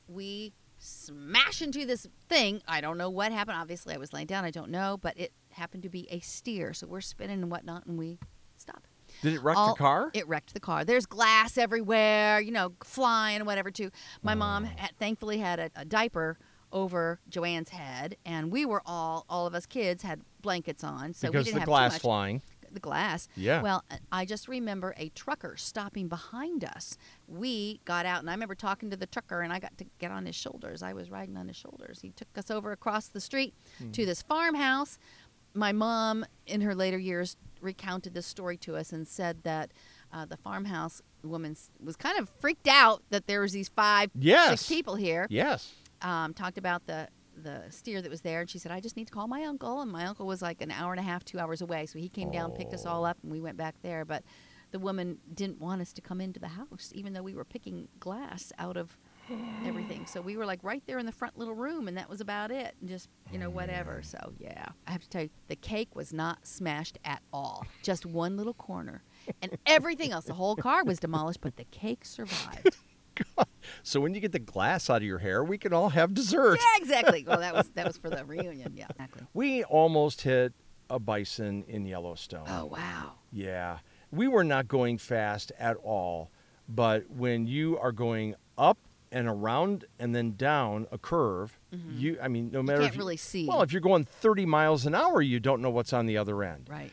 S3: we smash into this thing. I don't know what happened. Obviously, I was laying down. I don't know, but it happened to be a steer. So we're spinning and whatnot, and we stop.
S4: Did it wreck
S3: All-
S4: the car?
S3: It wrecked the car. There's glass everywhere, you know, flying and whatever, too. My mom had, thankfully had a, a diaper over Joanne's head, and we were all, all of us kids had blankets on. So we
S4: because
S3: didn't
S4: the
S3: have
S4: glass
S3: too much
S4: flying.
S3: the glass.
S4: Yeah.
S3: Well, uh, I just remember a trucker stopping behind us. We got out, and I remember talking to the trucker, and I got to get on his shoulders. I was riding on his shoulders. He took us over across the street
S4: Mm-hmm.
S3: to this farmhouse. My mom, in her later years, recounted this story to us and said that uh, the farmhouse woman s- was kind of freaked out that there was these five,
S4: Yes.
S3: six people here.
S4: Yes.
S3: Um, talked about the the steer that was there, and she said, "I just need to call my uncle." And my uncle was like an hour and a half, two hours away, so he came down, picked us all up, and we went back there. But the woman didn't want us to come into the house, even though we were picking glass out of everything. So we were like right there in the front little room, and that was about it. And just you know whatever. So yeah, I have to tell you, the cake was not smashed at all. Just one little corner, and everything else, the whole car was demolished, but the cake survived.
S4: So when you get the glass out of your hair, we can all have dessert.
S3: yeah, exactly. Well, that was that was for the reunion. Yeah, exactly.
S4: We almost hit a bison in Yellowstone.
S3: Oh wow.
S4: Yeah. We were not going fast at all, but when you are going up and around and then down a curve, you I mean no matter
S3: Mm-hmm. can't
S4: if
S3: really see.
S4: Well, if you're going 30 miles an hour, you don't know what's on the other end.
S3: Right.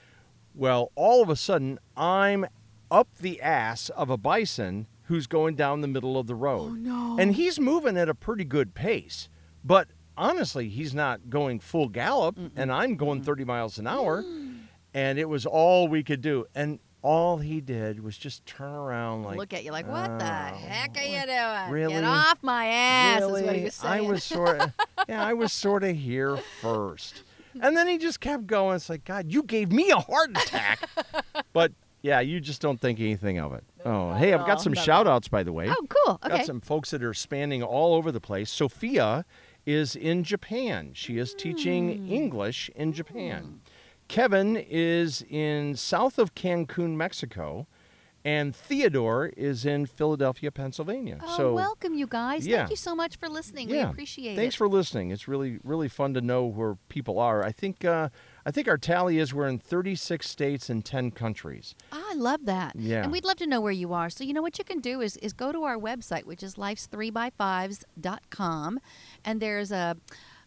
S4: Well, all of a sudden, I'm up the ass of a bison who's going down the middle of the road.
S3: Oh, no.
S4: And he's moving at a pretty good pace, but honestly, he's not going full gallop, and I'm going 30 miles an hour,
S3: Mm.
S4: and it was all we could do. And all he did was just turn around like,
S3: Look at you like, what the
S4: "Oh,
S3: heck are you doing?
S4: really?
S3: Get off my ass is what
S4: really?
S3: he was saying.
S4: I was sort of, yeah, I was sort of here first. And then he just kept going. It's like, God, you gave me a heart attack. but yeah, you just don't think anything of it. Oh, hey, I've got some shout outs, by the way.
S3: oh, cool. Okay.
S4: Got some folks that are spanning all over the place. Sophia is in Japan. She is teaching
S3: Hmm.
S4: English in Japan. Kevin is in south of Cancun, Mexico. And Theodore is in Philadelphia, Pennsylvania.
S3: oh,
S4: so
S3: welcome, you guys.
S4: yeah.
S3: Thank you so much for listening. We appreciate
S4: Thanks
S3: it.
S4: for listening. It's really really fun to know where people are. I think uh, I think our tally is we're in 36 states and 10 countries.
S3: Ah, I love that.
S4: Yeah.
S3: And we'd love to know where you are. So, you know, what you can do is, is go to our website, which is lifes3by5s.com. And there's a,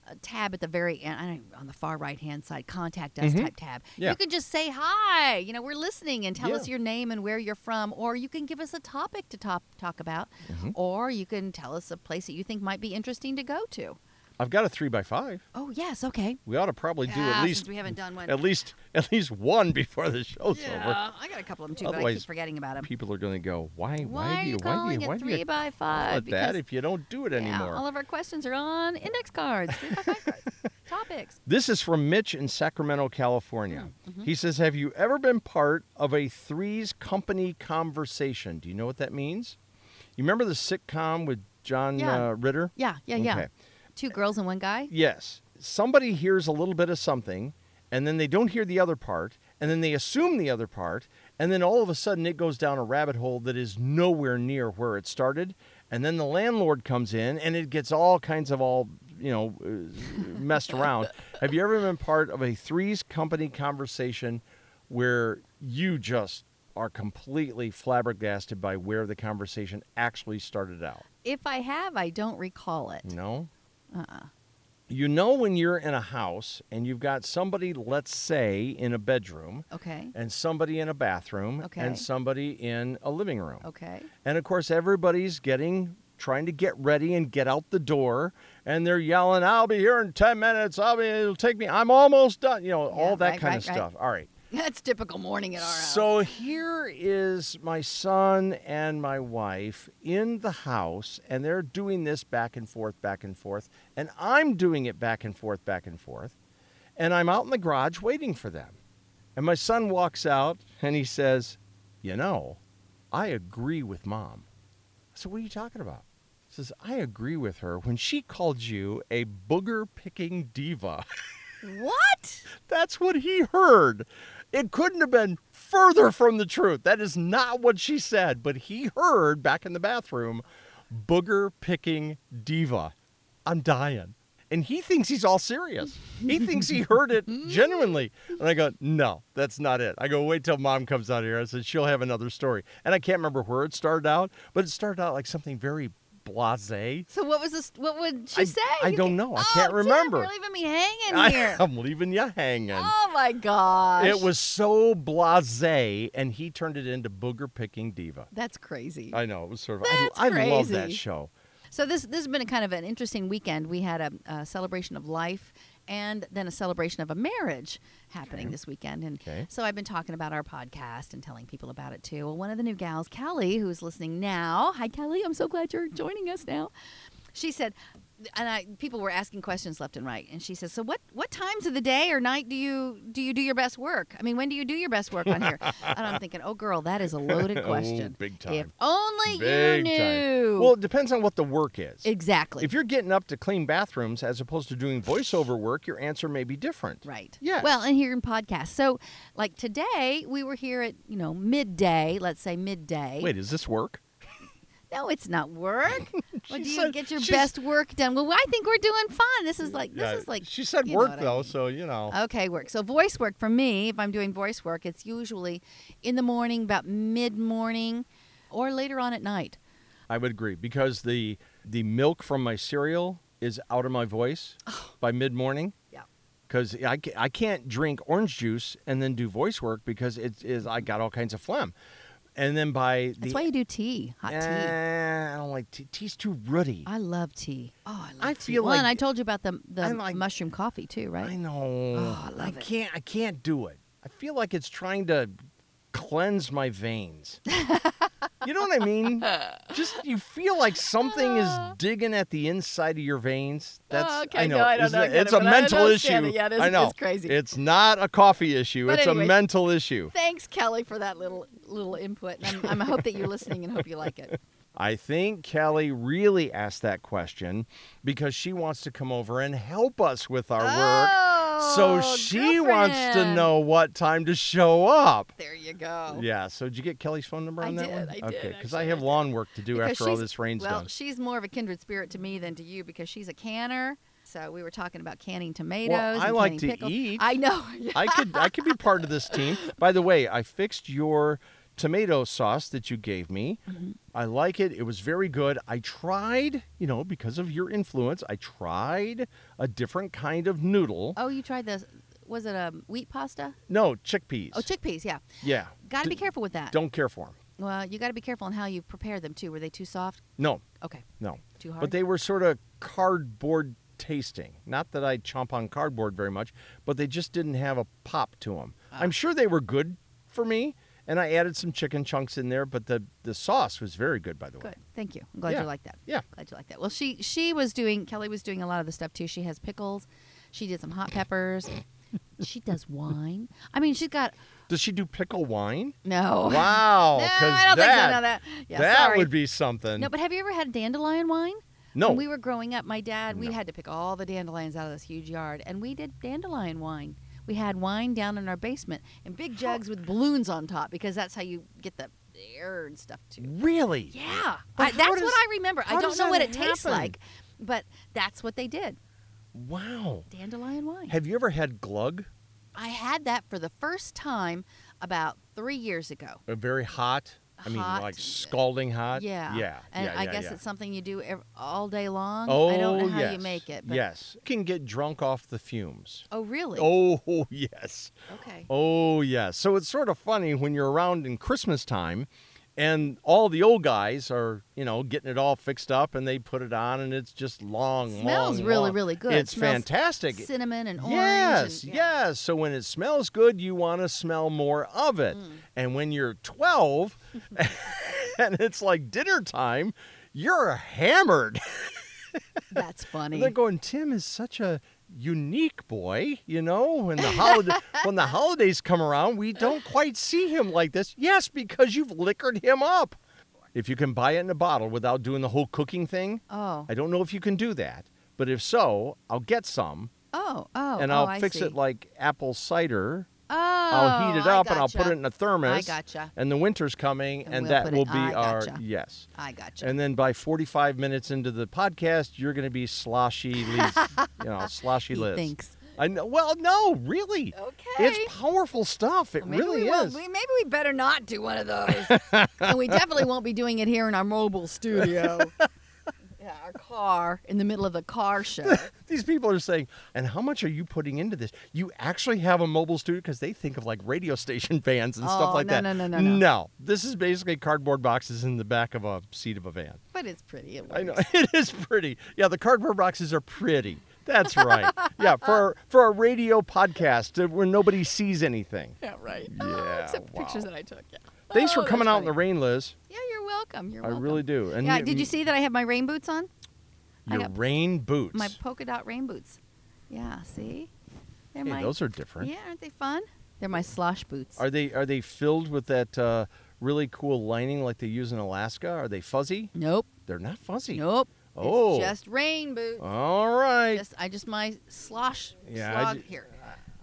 S3: a tab at the very end, I don't, on the far right hand side, contact us type tab.
S4: Mm-hmm. Yeah.
S3: You can just say hi. You know, we're listening and tell
S4: Yeah.
S3: us your name and where you're from. Or you can give us a topic to top, talk about.
S4: Mm-hmm.
S3: Or you can tell us a place that you think might be interesting to go to.
S4: I've got a three by five.
S3: Oh, yes. Okay.
S4: We ought to probably do
S3: Ah,
S4: at least
S3: since we haven't done one.
S4: at least at least one before the show's over.
S3: yeah, I got a couple of them too, but I
S4: Otherwise,
S3: keep forgetting about them.
S4: People are going to go. Why?
S3: Why,
S4: Why
S3: are
S4: do you?
S3: you
S4: Why
S3: calling
S4: do you? Why
S3: it
S4: do
S3: three
S4: you?
S3: by
S4: call
S3: five?
S4: it that if you don't do it
S3: yeah,
S4: anymore.
S3: all of our questions are on index cards, three by five cards, topics.
S4: This is from Mitch in Sacramento, California.
S3: Hmm, mm-hmm.
S4: He says, Have you ever been part of a threes company conversation? Do you know what that means? You remember the sitcom with John
S3: Yeah.
S4: uh, Ritter?
S3: Yeah, yeah, yeah.
S4: Okay.
S3: Two girls and one guy.
S4: Yes. Somebody hears a little bit of something, and then they don't hear the other part, and then they assume the other part, and then all of a sudden it goes down a rabbit hole that is nowhere near where it started. And then the landlord comes in, and it gets all kinds of all, you know, uh, messed around. Have you ever been part of a threes company conversation where you just are completely flabbergasted by where the conversation actually started out?
S3: If I have, I don't recall it.
S4: No.
S3: Uh-uh.
S4: You know when you're in a house and you've got somebody, let's say, in a bedroom,
S3: Okay.
S4: and somebody in a bathroom,
S3: Okay.
S4: and somebody in a living room.
S3: Okay.
S4: And of course, everybody's getting trying to get ready and get out the door, and they're yelling, "I'll be here in ten minutes. I'll be. It'll take me. I'm almost done." You know, all that
S3: right,
S4: kind
S3: right,
S4: of
S3: right.
S4: stuff. All right.
S3: That's typical morning at our house.
S4: So here is my son and my wife in the house, and they're doing this back and forth, back and forth, and I'm doing it back and forth, back and forth, and I'm out in the garage waiting for them. And my son walks out and he says, You know, I agree with mom. I said, What are you talking about? He says, I agree with her when she called you a booger picking diva.
S3: what?
S4: That's what he heard. It couldn't have been further from the truth. That is not what she said, but he heard back in the bathroom booger picking diva. I'm dying. And he thinks he's all serious. He thinks he heard it genuinely. And I go, no, that's not it. I go, wait till mom comes out here. I said, she'll have another story. And I can't remember where it started out, but it started out like something very blase.
S3: So what was this? What would she
S4: I-
S3: say?
S4: I
S3: You
S4: don't
S3: ca-
S4: know. I
S3: Oh,
S4: can't
S3: Tim,
S4: remember.
S3: You're leaving me hanging
S4: I,
S3: here.
S4: I'm leaving you hanging.
S3: oh my gosh.
S4: It was so blasé, and he turned it into booger picking diva.
S3: That's crazy.
S4: I know it was sort of.
S3: That's
S4: I, I love that
S3: crazy.
S4: show.
S3: So this this has been a kind of an interesting weekend. We had a, a celebration of life and then a celebration of a marriage happening this weekend. And
S4: Okay.
S3: so I've been talking about our podcast and telling people about it too. Well, one of the new gals, Kelly, who's listening now. Hi, Kelly. I'm so glad you're joining us now. She said, and I, people were asking questions left and right. And she says, "So what? What times of the day or night do you do you do your best work? I mean, when do you do your best work on here?" and I'm thinking, "Oh, girl, that is a loaded
S4: Oh,
S3: question.
S4: big
S3: If
S4: time.
S3: only you
S4: Big
S3: knew."
S4: time. Well, it depends on what the work is.
S3: exactly.
S4: If you're getting up to clean bathrooms as opposed to doing voiceover work, your answer may be different.
S3: Right.
S4: Yes.
S3: Well, and here in podcasts. So, like today, we were here at you know midday. Let's say midday.
S4: Wait, is this work?
S3: No, it's not work. well,
S4: She
S3: do you
S4: said-
S3: get your
S4: she's-
S3: best work done? Well, I think we're doing fine. This is like
S4: Yeah,
S3: this is like
S4: She said
S3: you know
S4: work
S3: what I
S4: though,
S3: mean. Oh.
S4: so you know.
S3: Okay, work. So voice work for me, if I'm doing voice work, it's usually in the morning, about mid morning, or later on at night.
S4: I would agree because the the milk from my cereal is out of my voice
S3: Oh.
S4: by mid morning.
S3: Yeah.
S4: Because I, ca- I can't drink orange juice and then do voice work because it is I got all kinds of phlegm, and then by the
S3: That's why you do tea, hot tea.
S4: Eh, I don't like tea. Tea's too rooty.
S3: I love tea. Oh, I love
S4: I
S3: tea.
S4: feel
S3: well, and
S4: like-
S3: I told you about the
S4: I
S3: the
S4: like-
S3: mushroom coffee too, right?
S4: I know.
S3: Oh, I love it.
S4: can't. I can't do it. I feel like it's trying to cleanse my veins. you know what I mean? Just you feel like something is digging at the inside of your veins. That's
S2: Oh, okay,
S4: I know.
S2: no, I don't
S4: Isn't
S2: know, I
S4: it-
S2: get
S4: it's
S2: it,
S4: a
S2: but I
S4: mental issue.
S2: understand it. Yeah, it is-
S4: I know.
S2: it's crazy.
S4: It's not a coffee issue.
S2: But
S4: it's
S2: anyways.
S4: a mental issue.
S3: Thanks, Kelly, for that little little input. And I'm, I'm hope that you're listening and hope you like it.
S4: I think Kelly really asked that question because she wants to come over and help us with our work. So
S2: Oh,
S4: she wants to
S2: girlfriend.
S4: know what time to show up.
S2: There you go.
S4: Yeah. So did you get Kelly's phone number
S2: I
S4: on that
S2: did,
S4: one?
S2: I did,
S4: okay, because I
S2: actually,
S4: have
S2: I
S4: lawn work to do
S3: Because
S4: after all
S3: she's-
S4: this rain's
S3: well,
S4: done.
S3: she's more of a kindred spirit to me than to you because she's a canner. So we were talking about canning tomatoes.
S4: I
S3: and
S4: like
S3: canning
S4: to
S3: pickles.
S4: eat.
S3: I know.
S4: I could I could be part of this team. By the way, I fixed your tomato sauce that you gave me.
S2: Mm-hmm.
S4: I like it. It was very good. I tried, you know, because of your influence, I tried a different kind of noodle.
S3: oh, you tried this? Was it um, wheat pasta?
S4: No, chickpeas.
S3: Oh, chickpeas. Yeah.
S4: yeah.
S3: Got to
S4: D-
S3: be careful with that.
S4: Don't care for them.
S3: Well, you got to be careful on how you prepare them too. Were they too soft?
S4: No,
S3: Okay.
S4: no.
S3: Too hard.
S4: But they were sort of cardboard tasting. Not that I chomp on cardboard very much, but they just didn't have a pop to them.
S3: Ah.
S4: I'm sure they were good for me, and I added some chicken chunks in there, but the, the sauce was very good, by the way.
S3: Good. Thank you. I'm glad
S4: Yeah.
S3: you like that.
S4: Yeah.
S3: Glad you like that. Well, she she was doing Kelly was doing a lot of the stuff too. She has pickles. She did some hot peppers. she does wine. I mean, she's got
S4: Does she do pickle wine?
S3: no.
S4: Wow.
S3: Oh. no,
S4: 'cause
S3: I don't
S4: that,
S3: think so. No, that yeah,
S4: that
S3: sorry.
S4: would be something.
S3: No, but have you ever had dandelion wine?
S4: No.
S3: When we were growing up, my dad, we
S4: No.
S3: had to pick all the dandelions out of this huge yard, and we did dandelion wine. We had wine down in our basement in big jugs with balloons on top because that's how you get the air and stuff too.
S4: really?
S3: Yeah,
S4: But
S3: I,
S4: how
S3: that's
S4: does-
S3: what I remember. I
S4: how
S3: don't
S4: does
S3: know what
S4: that
S3: it tastes
S4: happen?
S3: like, but that's what they did.
S4: Wow.
S3: Dandelion wine.
S4: Have you ever had glug?
S3: I had that for the first time about three years ago.
S4: A very hot. I mean,
S3: Hot.
S4: like scalding hot.
S3: Yeah.
S4: Uh, Yeah.
S3: And
S4: yeah,
S3: I
S4: yeah,
S3: guess
S4: yeah.
S3: it's something you do ev- all day long.
S4: Oh,
S3: I don't know how
S4: yes.
S3: you make it. But,
S4: yes, you can get drunk off the fumes.
S3: Oh, really?
S4: Oh yes,
S3: Okay.
S4: oh yes. So it's sort of funny when you're around in Christmas time, and all the old guys are you know getting it all fixed up, and they put it on, and it's just long,
S3: Smells
S4: long,
S3: really,
S4: long.
S3: really good.
S4: It's
S3: Smells
S4: fantastic.
S3: Cinnamon and orange.
S4: Yes,
S3: and-
S4: yes. So when it smells good, you want to smell more of it.
S3: Mm.
S4: And when you're 12 and it's like dinner time, you're hammered.
S3: That's funny.
S4: They're going, Tim is such a unique boy, you know, when the holiday when the holidays come around, we don't quite see him like this. Yes, because you've liquored him up. If you can buy it in a bottle without doing the whole cooking thing,
S3: oh.
S4: I don't know if you can do that, but if so, I'll get some
S3: Oh, oh.
S4: and
S3: oh,
S4: I'll
S3: I
S4: fix
S3: see.
S4: it like apple cider.
S3: Oh,
S4: I'll heat it
S3: I
S4: up and I'll put
S3: gotcha.
S4: it in a thermos.
S3: I gotcha.
S4: And the winter's coming, and,
S3: And we'll
S4: that
S3: put it-
S4: will be
S3: I
S4: our
S3: gotcha.
S4: yes.
S3: I gotcha.
S4: And then by 45 minutes into the podcast, you're going to be sloshy, Liz, you know, sloshy
S3: He
S4: Liz.
S3: thinks.
S4: I know. Well, no, really.
S2: Okay.
S4: It's powerful stuff. It
S3: Well, maybe
S4: really
S3: we won't-
S4: is.
S3: we- maybe we better not do one of those. and we definitely won't be doing it here in our mobile studio. yeah, our car in the middle of a car show.
S4: These people are saying, and how much are you putting into this? You actually have a mobile studio because they think of like radio station vans and stuff
S3: Oh,
S4: like
S3: no,
S4: that.
S3: no, no, no, no.
S4: No, this is basically cardboard boxes in the back of a seat of a van.
S3: but it's pretty. It
S4: I know
S3: works.
S4: it is pretty. Yeah, the cardboard boxes are pretty. That's right. Yeah, for for a radio podcast uh, where nobody sees anything.
S2: Yeah, right.
S4: Yeah,
S2: except for pictures
S4: wow.
S2: that I took. Yeah.
S4: Thanks
S2: Oh,
S4: for coming
S2: that's
S4: out in the
S2: funny.
S4: rain, Liz.
S3: Yeah, you're welcome. You're
S4: I
S3: welcome.
S4: really do. And
S3: yeah,
S4: y-
S3: did you see that I have my rain boots on? I
S4: your
S3: got
S4: rain boots?
S3: My polka dot rain boots. Yeah, see? They're
S4: hey,
S3: my
S4: those are different.
S3: Yeah, aren't they fun? They're my slosh boots.
S4: Are they are they filled with that uh, really cool lining like they use in Alaska? Are they fuzzy?
S3: nope.
S4: They're not fuzzy.
S3: Nope. It's
S4: Oh.
S3: just rain boots.
S4: All right.
S3: Just I just my slosh
S4: Yeah, I
S3: slog
S4: ju-
S3: here.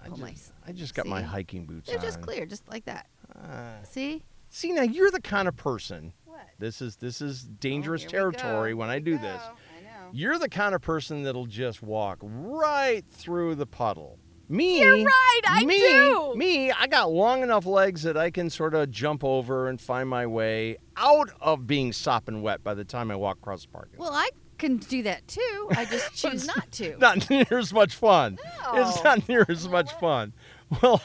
S4: I
S3: oh,
S4: just,
S3: my.
S4: I just got my
S3: see?
S4: hiking boots
S3: They're
S4: on.
S3: just clear, just like that.
S4: Ah.
S3: See?
S4: see now you're the kind of person.
S3: What?
S4: This is this is
S3: Oh,
S4: dangerous
S3: here we go.
S4: territory when I
S3: Here
S4: do
S3: we
S4: this.
S3: go. I know.
S4: You're the kind of person that'll just walk right through the puddle. Me,
S2: You're right, I
S4: me,
S2: do.
S4: Me, I got long enough legs that I can sort of jump over and find my way out of being sopping wet by the time I walk across the parking. lot.
S3: Well, I can do that too. I just choose not to.
S4: not near as much fun. It's
S3: No.
S4: not near as much fun. Well,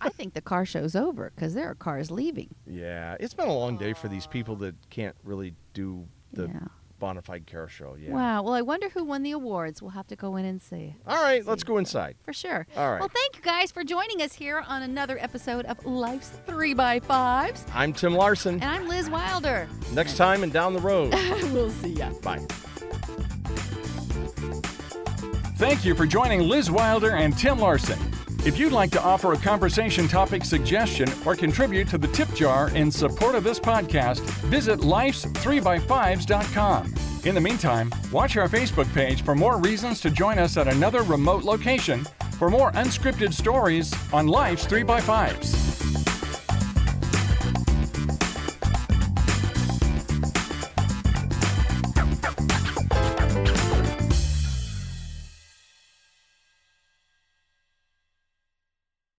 S3: I think the car show's over because there are cars leaving.
S4: yeah, it's been a long day for these people that can't really do the
S3: Yeah.
S4: bonafide car show. Yeah.
S3: Wow. Well, I wonder who won the awards. We'll have to go in and see.
S4: All right, let's go inside.
S3: For sure.
S4: All right.
S3: Well, thank you guys for joining us here on another episode of Life's Three by Fives.
S4: I'm Tim Larson.
S3: And I'm Liz Wilder.
S4: Next time and down the road.
S3: we'll see ya.
S4: Bye.
S1: Thank you for joining Liz Wilder and Tim Larson. If you'd like to offer a conversation topic suggestion or contribute to the tip jar in support of this podcast, visit life's3by5s.com. In the meantime, watch our Facebook page for more reasons to join us at another remote location for more unscripted stories on Life's 3 by 5s